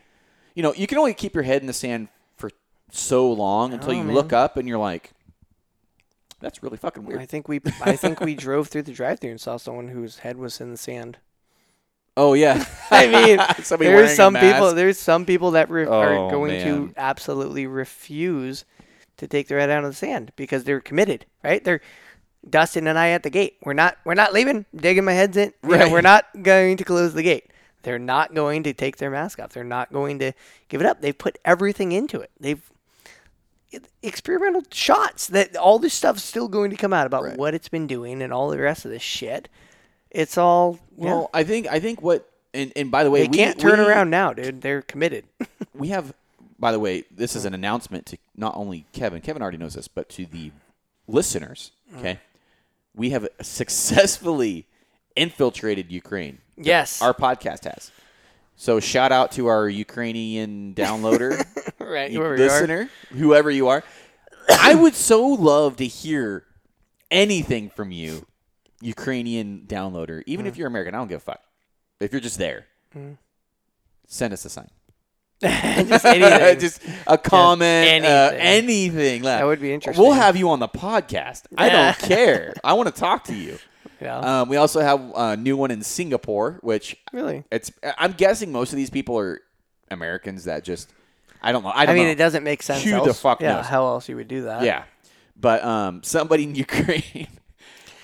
S2: you know, you can only keep your head in the sand for so long until you look up and you're like, that's really fucking weird.
S1: I think we I think we <laughs> drove through the drive-through and saw someone whose head was in the sand.
S2: oh <laughs> yeah.
S1: I mean,
S2: Somebody wearing
S1: there's
S2: a
S1: some people
S2: mask.
S1: there's some people that re-
S2: Oh,
S1: are going
S2: man.
S1: to absolutely refuse to take their head out of the sand because they're committed, right? They're Dustin and I at the gate. We're not we're not leaving. Digging my head's in. You know,
S2: Right.
S1: we're not going to close the gate. They're not going to take their mask off. They're not going to give it up. They've put everything into it. They've experimental shots that all this stuff's still going to come out about what it's been doing and all the rest of this shit. It's all
S2: Well, I think I think what and, and by the way,
S1: yeah. they
S2: we
S1: can't turn
S2: we-
S1: around now, dude. They're committed.
S2: We have, by the way, this is an announcement to not only Kevin. Kevin already knows this, but to the listeners.
S1: Mm.
S2: Okay, we have <laughs> successfully infiltrated Ukraine.
S1: yes.
S2: Our podcast has. So shout out to our <laughs> Ukrainian downloader,
S1: <laughs> right.
S2: you-
S1: Whoever you are. <laughs>
S2: listener, whoever you are. I would so love to hear anything from you, Ukrainian downloader. Even
S1: Mm.
S2: if you're American, I don't give a fuck. If you're just there, send us
S1: <laughs>
S2: a sign.
S1: Just anything.
S2: just a comment,
S1: anything.
S2: uh, anything. Like,
S1: That would be interesting.
S2: We'll have you on the podcast. I
S1: Yeah. Oh.
S2: don't care. I want to talk to
S1: <laughs>
S2: you.
S1: yeah.
S2: Um, we also have a new one in Singapore, which
S1: really.
S2: it's. I'm guessing most of these people are Americans that just. I don't know. I
S1: I
S2: don't
S1: mean,
S2: know.
S1: it doesn't make sense.
S2: Who the
S1: else.
S2: fuck
S1: Yeah.
S2: knows?
S1: How else you would do that?
S2: Yeah, but um, somebody in <laughs> Ukraine.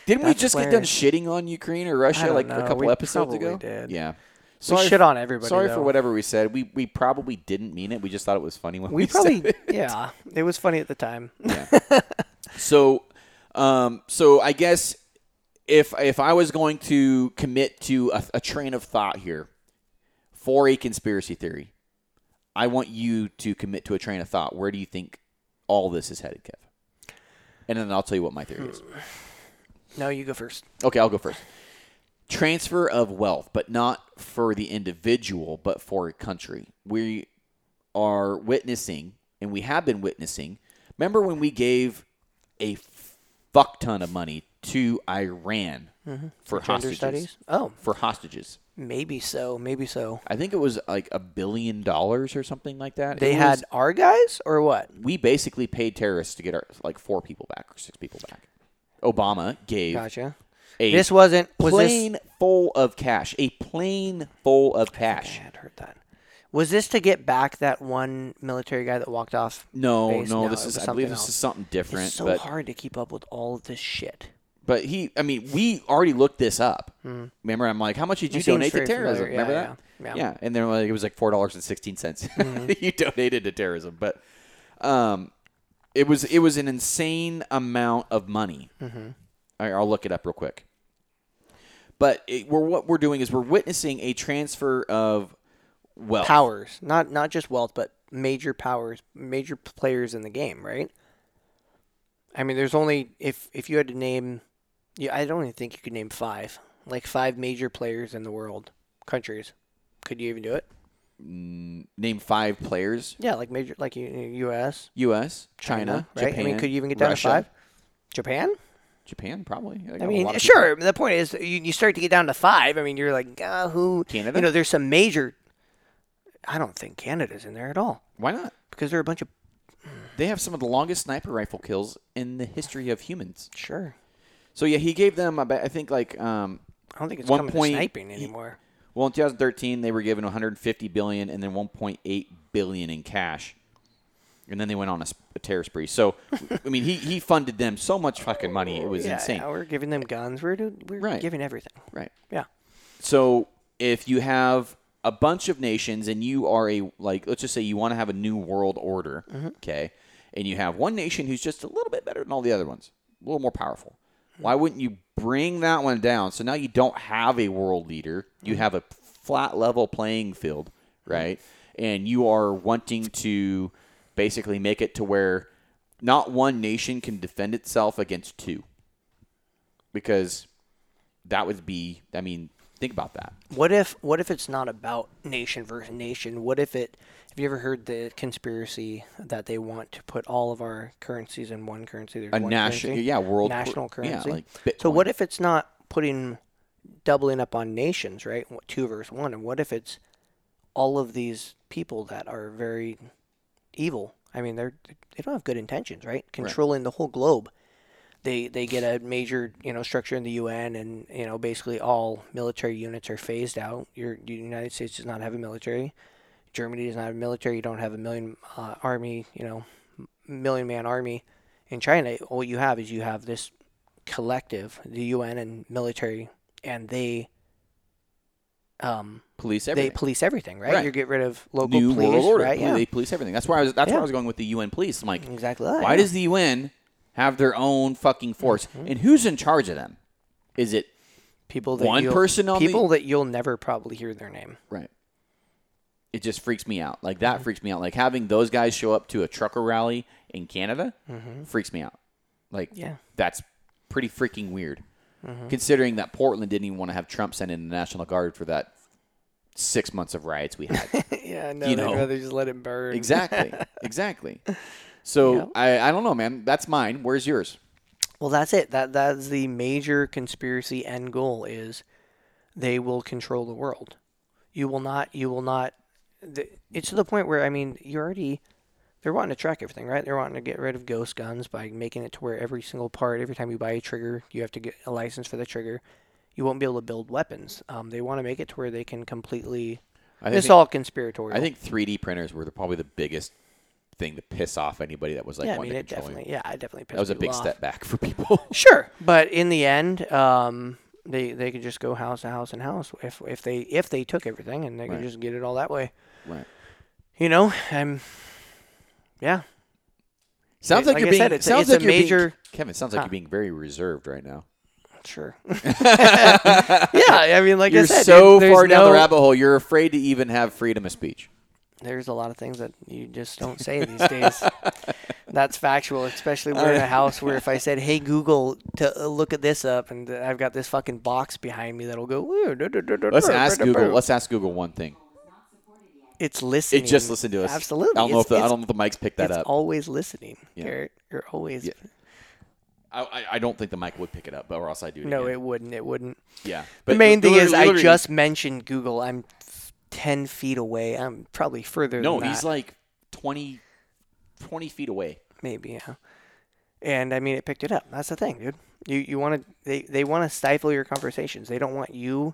S2: Didn't we
S1: That's
S2: just get done
S1: hilarious.
S2: shitting on Ukraine or Russia
S1: don't
S2: like a
S1: know.
S2: couple
S1: We
S2: episodes
S1: probably
S2: ago?
S1: did.
S2: Yeah.
S1: We
S2: Sorry
S1: shit
S2: f-
S1: on everybody.
S2: Sorry
S1: though.
S2: for whatever we said. We we probably didn't mean it. We just thought it was funny when we, <laughs>
S1: We probably.
S2: said it.
S1: <laughs> yeah. It was funny at the time.
S2: So, um, so I guess if if I was going to commit to a, a train of thought here for a conspiracy theory, I want you to commit to a train of thought. Where do you think all this is headed, Kev? And then I'll tell you what my theory is.
S1: no, you go first.
S2: Okay, I'll go first. transfer of wealth, but not for the individual, but for a country. We are witnessing, and we have been witnessing. Remember when we gave a fuck ton of money to Iran for
S1: Mm-hmm. Gender
S2: hostages?
S1: studies? Oh,
S2: For hostages,
S1: maybe so. Maybe so.
S2: I think it was like a billion dollars or something like that.
S1: They
S2: It
S1: had
S2: was-
S1: our guys or what?
S2: we basically paid terrorists to get our like four people back or six people back. Obama gave
S1: Gotcha.
S2: a
S1: This wasn't. Was
S2: plane
S1: this?
S2: full of cash, a plane full of
S1: I
S2: cash.
S1: had heard that. Was this to get back that one military guy that walked off?
S2: No,
S1: base?
S2: no,
S1: No,
S2: this
S1: it
S2: is
S1: was
S2: I believe
S1: something
S2: this
S1: else.
S2: is something different.
S1: It's so
S2: but
S1: hard to keep up with all of this shit.
S2: but he, I mean, we already looked this up. Remember, I'm like, how much did you
S1: Hmm. seems
S2: donate to
S1: very
S2: terrorism?
S1: familiar. Yeah,
S2: Remember that?
S1: yeah, Mm-hmm. yeah.
S2: and then like it was like four dollars and sixteen cents. <laughs> you donated to terrorism, but um, it was it was an insane amount of money.
S1: Mm-hmm.
S2: All right, I'll look it up real quick. But it, we're what we're doing is we're witnessing a transfer of wealth.
S1: Powers, not not just wealth, but major powers, major players in the game, right? I mean, there's only if if you had to name, yeah, I don't even think you could name five, like five major players in the world, countries. Could you even do it?
S2: Name five players:
S1: Yeah, like major, like you- U.S.,
S2: U.S., China,
S1: right?
S2: Japan.
S1: I mean, could you even get down
S2: Russia. Oh,
S1: to five? Japan?
S2: Japan, probably.
S1: I mean, sure. The point is, you, you start to get down to five. I mean, you're like, uh, who?
S2: Canada?
S1: You know, there's some major. I don't think Canada's in there at all
S2: Why not?
S1: because they're a bunch of.
S2: They have some of the longest sniper rifle kills in the history of humans.
S1: Sure.
S2: So yeah, he gave them about, I think like um
S1: I don't think it's
S2: One
S1: coming
S2: point-
S1: to sniping anymore.
S2: well in 2013 they were given 150 billion and then 1.8 billion in cash. And then they went on a, sp- a terror spree. So <laughs> I mean, he he funded them so much fucking money. It was
S1: yeah,
S2: insane.
S1: yeah, we're giving them guns. We're do, we're
S2: Right.
S1: giving everything.
S2: Right.
S1: Yeah.
S2: So if you have a bunch of nations and you are a like let's just say you want to have a new world order, okay? And you have one nation who's just a little bit better than all the other ones, a little more powerful. Why wouldn't you bring that one down? So now you don't have a world leader. You have a flat level playing field, right? And you are wanting to basically make it to where not one nation can defend itself against two. Because that would be i mean think about that
S1: What if what if it's not about nation versus nation? What if it have you ever heard the conspiracy that they want to put all of our currencies in one currency? There's
S2: a
S1: one
S2: national
S1: currency,
S2: yeah world
S1: national
S2: cur- yeah,
S1: currency.
S2: like
S1: so
S2: Bitcoin.
S1: what if it's not putting doubling up on nations, right? What- Two versus one, and what if it's all of these people that are very evil? I mean, they're they don't have good intentions, right? Controlling the whole globe. They, they get a major you know structure in the UN and you know basically all military units are phased out. Your the United States does not have a military. Germany does not have a military. You don't have a million uh, army, you know, m- million man army. In China, all you have is you have this collective, the UN and military, and they um
S2: police
S1: they
S2: everything
S1: police everything, right?
S2: Right.
S1: You get rid of local
S2: new
S1: police,
S2: world order
S1: right? Yeah,
S2: they police everything that's where i was that's where
S1: Yeah.
S2: i was going with the un police i'm like
S1: exactly. That,
S2: why
S1: yeah. Mm-hmm.
S2: does the un have their own fucking force and who's in charge of them is it
S1: people that
S2: one
S1: you'll-
S2: person on the-
S1: people that you'll never probably hear their
S2: <laughs>
S1: name?
S2: right it just freaks me out like
S1: Mm-hmm.
S2: that freaks me out like having those guys show up to a trucker rally in canada freaks me out like
S1: Mm-hmm. Yeah. Mm-hmm.
S2: that's pretty freaking weird considering that portland didn't even want to have trump send in the national guard for that six months of riots we had
S1: yeah, no,
S2: You they'd know. rather
S1: just let it burn. <laughs>
S2: exactly exactly so I, I don't know man that's mine where's yours
S1: Well, that's it. That that's the major conspiracy end goal is they will control the world. You will not. You will not. The, it's to the point where I mean, you already. They're wanting to track everything, right? They're wanting to get rid of ghost guns by making it to where every single part, every time you buy a trigger, you have to get a license for the trigger. You won't be able to build weapons. Um, they want to make it to where they can completely.
S2: I
S1: It's
S2: think-
S1: all conspiratorial.
S2: i think 3d printers were the, probably the biggest thing to piss off anybody that was like
S1: Yeah, I
S2: wanting
S1: mean, it
S2: to control you.
S1: definitely. Yeah, it definitely.
S2: that was a big
S1: off.
S2: step back
S1: <laughs>
S2: for people
S1: Sure, but in the end, um, they they could just go house to house and house if if they if they took everything and they could
S2: Right.
S1: just get it all that way.
S2: right
S1: You know, I'm. Yeah,
S2: sounds like,
S1: Like
S2: you're
S1: I
S2: being
S1: said, it's a- it's
S2: sounds
S1: a
S2: like you're being-
S1: major-
S2: kevin sounds like you're being very reserved right now
S1: sure. <laughs> yeah, I mean, like I
S2: you're
S1: said,
S2: so
S1: there's
S2: far down
S1: no-
S2: the rabbit hole you're afraid to even have freedom of speech
S1: There's a lot of things that you just don't say these days. <laughs> That's factual, especially we're in a house where if I said, "Hey Google, to uh, look at this up," and I've got this fucking box behind me that'll go. "Ooh, duh, duh, duh, duh,
S2: Let's
S1: duh,
S2: ask
S1: duh,
S2: Google.
S1: duh."
S2: Let's ask Google one thing.
S1: It's
S2: It
S1: listening.
S2: just listened to us.
S1: Absolutely.
S2: I don't know
S1: It's-
S2: if the, I
S1: it's-
S2: don't know if the mics picked that
S1: it's
S2: up.
S1: always listening,
S2: Yeah.
S1: Garrett. You're always.
S2: Yeah. I, I- I don't think the mic would pick it up, but or else I do. It
S1: No,
S2: again.
S1: it wouldn't. It wouldn't.
S2: yeah.
S1: The
S2: But
S1: main
S2: you-
S1: thing is, I
S2: literally-
S1: just mentioned Google. I'm f- ten feet away. I'm probably further.
S2: no.
S1: than
S2: He's
S1: that,
S2: like 20, 20 feet away.
S1: maybe. Yeah. And I mean, it picked it up. That's the thing, dude. You you want to they they want to stifle your conversations. They don't want you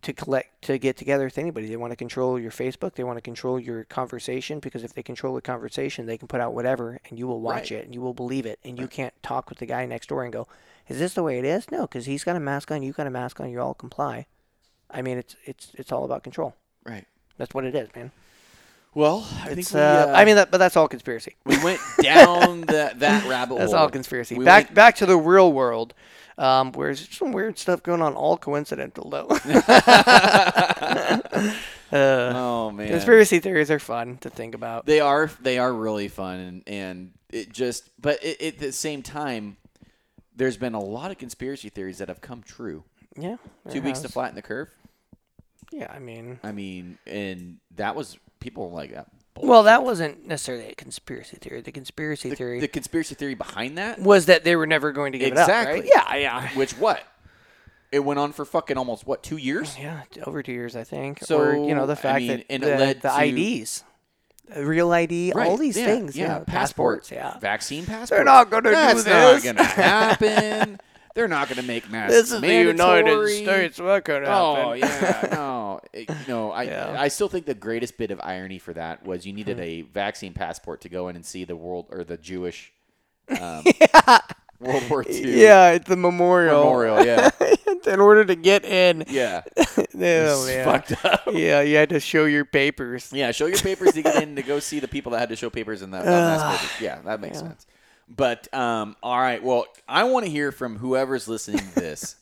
S1: to collect to get together with anybody. They want to control your Facebook. They want to control your conversation because if they control the conversation, they can put out whatever, and you will watch it and you will believe it, and you can't talk with the guy next door and go, "Is this the way it is?" No, because he's got a mask on. You got a mask on. You all comply. I mean, it's it's it's all about control.
S2: Right.
S1: That's what it is, man.
S2: Well, I
S1: It's,
S2: think we,
S1: uh,
S2: uh,
S1: I mean, that, but that's all conspiracy.
S2: we went
S1: <laughs>
S2: down that that rabbit hole.
S1: That's all conspiracy.
S2: We
S1: back
S2: went-
S1: back to the real world, um, where there's some weird stuff going on, all coincidental though. <laughs> Uh,
S2: oh man.
S1: Conspiracy theories are fun to think about.
S2: They are they are really fun and, and it just but it, at the same time there's been a lot of conspiracy theories that have come true.
S1: yeah.
S2: Two
S1: there
S2: weeks to
S1: has.
S2: flatten the curve.
S1: Yeah, I mean,
S2: I mean, and that was people were like that. bull-
S1: well, that wasn't necessarily a conspiracy theory. The conspiracy theory
S2: The conspiracy theory behind that,
S1: was that they were never going to give
S2: Exactly.
S1: it up. Right? Yeah, yeah.
S2: which what it went on for fucking almost what two years.
S1: Yeah, t- over two years, I think.
S2: So,
S1: or you know,
S2: I
S1: the fact
S2: mean,
S1: that
S2: and it
S1: the,
S2: led
S1: the
S2: to-
S1: IDs, uh, real ID, all
S2: Right,
S1: these
S2: yeah,
S1: things.
S2: Yeah,
S1: Yeah,
S2: passports.
S1: Yeah.
S2: vaccine passports.
S1: not gonna do
S2: That's
S1: this. <laughs>
S2: not gonna happen. They're not gonna make masks.
S1: This is the United
S2: mandatory.
S1: States. What could happen?
S2: Oh <laughs> yeah, no, It- you
S1: <laughs>
S2: know, I
S1: Yeah. Hmm.
S2: I still think the greatest bit of irony for that was you needed a vaccine passport to go in and see the world or the Jewish
S1: <laughs>
S2: um, World War II
S1: Yeah, it's the memorial.
S2: memorial.
S1: <laughs>
S2: Yeah,
S1: in order to get in.
S2: <laughs>
S1: <laughs>
S2: yeah,
S1: Oh,
S2: It's
S1: man.
S2: fucked up.
S1: Yeah, you had to show your papers.
S2: Yeah, show your papers to get in to go see the people that had to show papers in that. that last paper. Yeah, that makes sense. But um, all right, well, I want to hear from whoever's listening to this.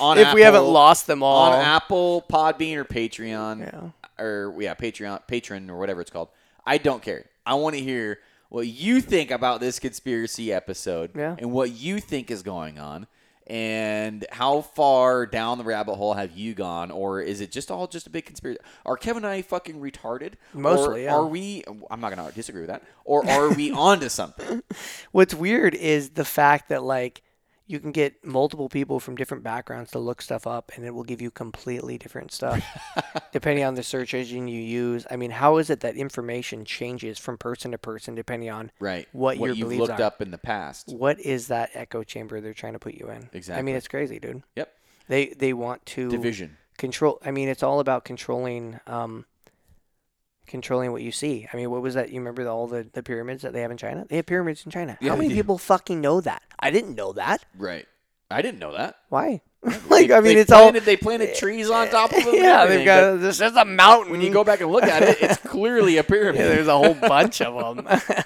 S2: On
S1: if we haven't
S2: Apple-
S1: lost them all.
S2: on Apple, Podbean, or Patreon, or yeah, Patreon, patron, or whatever it's called. I don't care. I want to hear what you think about this conspiracy episode,
S1: Yeah.
S2: and what you think is going on, and how far down the rabbit hole have you gone, or is it just all just a big conspiracy? Are Kevin and I fucking retarded?
S1: Mostly,
S2: Or
S1: yeah.
S2: Are we? I'm not gonna disagree with that. Or are
S1: <laughs>
S2: we onto something?
S1: What's weird is the fact that, like, you can get multiple people from different backgrounds to look stuff up, and it will give you completely different
S2: <laughs>
S1: stuff depending on the search engine you use. I mean, how is it that information changes from person to person depending on
S2: Right.
S1: What your
S2: you've
S1: beliefs
S2: looked
S1: are.
S2: up in the past.
S1: what is that echo chamber they're trying to put you in? I
S2: Exactly.
S1: mean, it's crazy, dude.
S2: Yep.
S1: They they want to
S2: Division.
S1: control i mean it's all about controlling um controlling what you see i mean what was that you remember the, all the, the pyramids that they have in china they have pyramids in china
S2: Yeah,
S1: how
S2: they
S1: many
S2: do.
S1: people fucking know that i didn't know that
S2: Right. I didn't know that.
S1: why <laughs> like
S2: They-
S1: i mean
S2: they
S1: it's
S2: planted, they planted trees on
S1: <laughs>
S2: top of them.
S1: all
S2: and
S1: yeah
S2: everything,
S1: they've
S2: but
S1: got this is a mountain
S2: When you go back and look at it, it's clearly a pyramid.
S1: Yeah, there's a whole bunch of them <laughs>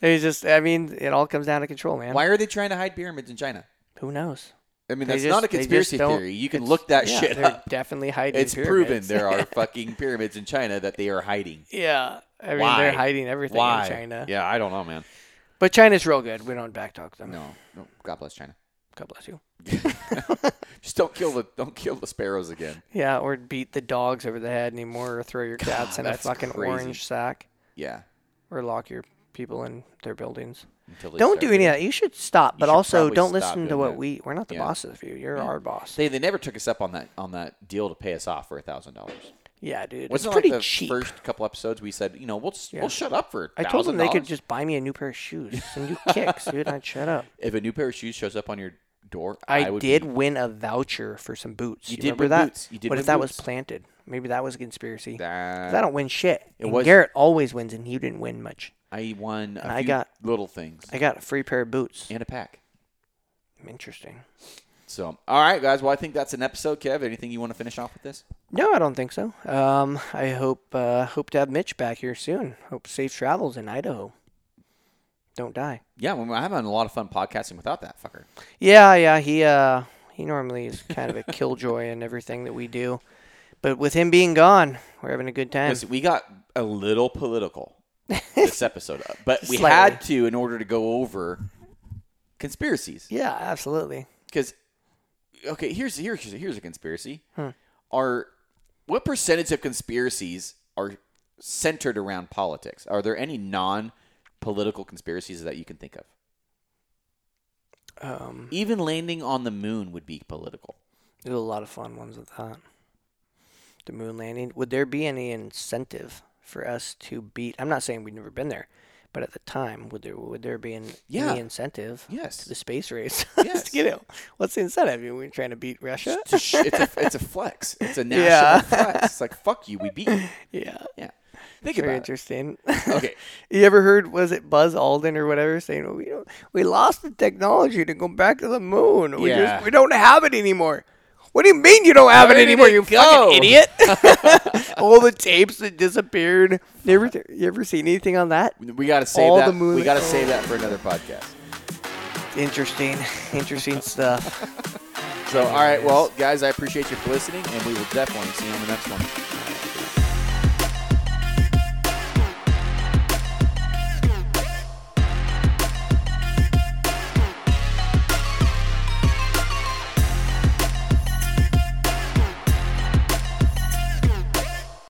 S1: They just i mean it all comes down to control man
S2: Why are they trying to hide pyramids in China?
S1: who knows
S2: I mean,
S1: They
S2: that's
S1: just-
S2: not a
S1: they just
S2: conspiracy
S1: don't-
S2: theory. You can look that
S1: yeah,
S2: shit
S1: they're
S2: up.
S1: definitely hiding
S2: It's proven
S1: pyramids.
S2: there
S1: <laughs>
S2: are fucking pyramids in China that they are hiding.
S1: yeah i mean
S2: Why?
S1: they're hiding everything
S2: Why?
S1: in china
S2: Yeah, I don't know, man.
S1: but china's real good we don't backtalk them
S2: No, no God bless China.
S1: god bless you
S2: Just don't kill the don't kill the sparrows again.
S1: Yeah, or beat the dogs over the head anymore, or throw your cats in a
S2: that's
S1: fucking
S2: crazy.
S1: orange sack,
S2: Yeah.
S1: or lock your people in their buildings.
S2: Until they
S1: Don't
S2: start
S1: do
S2: doing-
S1: any of that. You should stop, but
S2: should
S1: also
S2: probably
S1: don't
S2: stop
S1: listen to
S2: doing
S1: what
S2: that.
S1: we. We're not the
S2: Yeah.
S1: bosses of you. You're our boss.
S2: They, they never took us up on that on that deal to pay us off for a thousand dollars.
S1: yeah, dude. It's
S2: Wasn't it
S1: pretty
S2: like the
S1: cheap.
S2: first couple episodes we said, you know, we'll s we'll shut up for.
S1: I told them they could
S2: $1,000?
S1: just buy me a new pair of shoes, some
S2: <laughs>
S1: new kicks, dude. I'd shut up.
S2: If a new pair of shoes shows up on your door,
S1: I,
S2: I, would
S1: did
S2: be-
S1: win a voucher for some boots. You,
S2: did
S1: remember
S2: win
S1: that?
S2: boots. You did
S1: what
S2: win
S1: if that was
S2: boots.
S1: planted? Maybe that was a conspiracy. 'Cause
S2: that.
S1: I don't win shit. And
S2: was-
S1: Garrett always wins, and he didn't win much.
S2: I won. A
S1: I
S2: few
S1: got-
S2: little things
S1: I got a free pair of boots.
S2: and a pack.
S1: Interesting.
S2: So, all right, guys. Well, I think that's an episode. Kev, anything you want to finish off with this?
S1: No, I don't think so. Um, I hope uh, hope to have Mitch back here soon. Hope safe travels in Idaho. Don't die.
S2: Yeah, well, I'm having a lot of fun podcasting without that fucker.
S1: Yeah, yeah. He uh, he normally is kind of a killjoy in everything that we do, but with him being gone, we're having a good time. <laughs>
S2: Listen, we got a little political this episode up, but we
S1: Slightly.
S2: had to in order to go over conspiracies.
S1: Yeah, absolutely.
S2: Because okay, here's here's here's a conspiracy. Are what percentage of conspiracies are centered around politics? Are there any non-political conspiracies that you can think of?
S1: Um,
S2: Even landing on the moon would be political.
S1: there's a lot of fun ones with that. The moon landing. Would there be any incentive for us to beat? I'm not saying we've never been there, but at the time, would there would there be an,
S2: Yeah.
S1: any incentive to
S2: Yes,
S1: the space race? <laughs>
S2: Yes.
S1: Just, you know, what's the incentive? You- We're trying to beat Russia.
S2: it's, a, sh- it's, a, it's a flex. It's a national
S1: <laughs> Yeah.
S2: flex. It's like fuck you, we beat you.
S1: yeah,
S2: Yeah, <laughs> think
S1: very
S2: about it.
S1: interesting. <laughs>
S2: Okay,
S1: You ever heard was it Buzz Alden or whatever saying "Well, we don't, we lost the technology to go back to the moon. We
S2: Yeah.
S1: just we don't have it anymore. What do you mean you don't have
S2: Where
S1: it
S2: did
S1: anymore?
S2: it
S1: You
S2: go?
S1: fucking
S2: <laughs>
S1: idiot! <laughs> All the tapes that disappeared. You ever you ever seen anything on that?
S2: we gotta save
S1: All
S2: that.
S1: the moon-
S2: we gotta save that for another podcast.
S1: Interesting, interesting stuff.
S2: So all right, well guys, I appreciate you for listening, and we will definitely see you on the next one.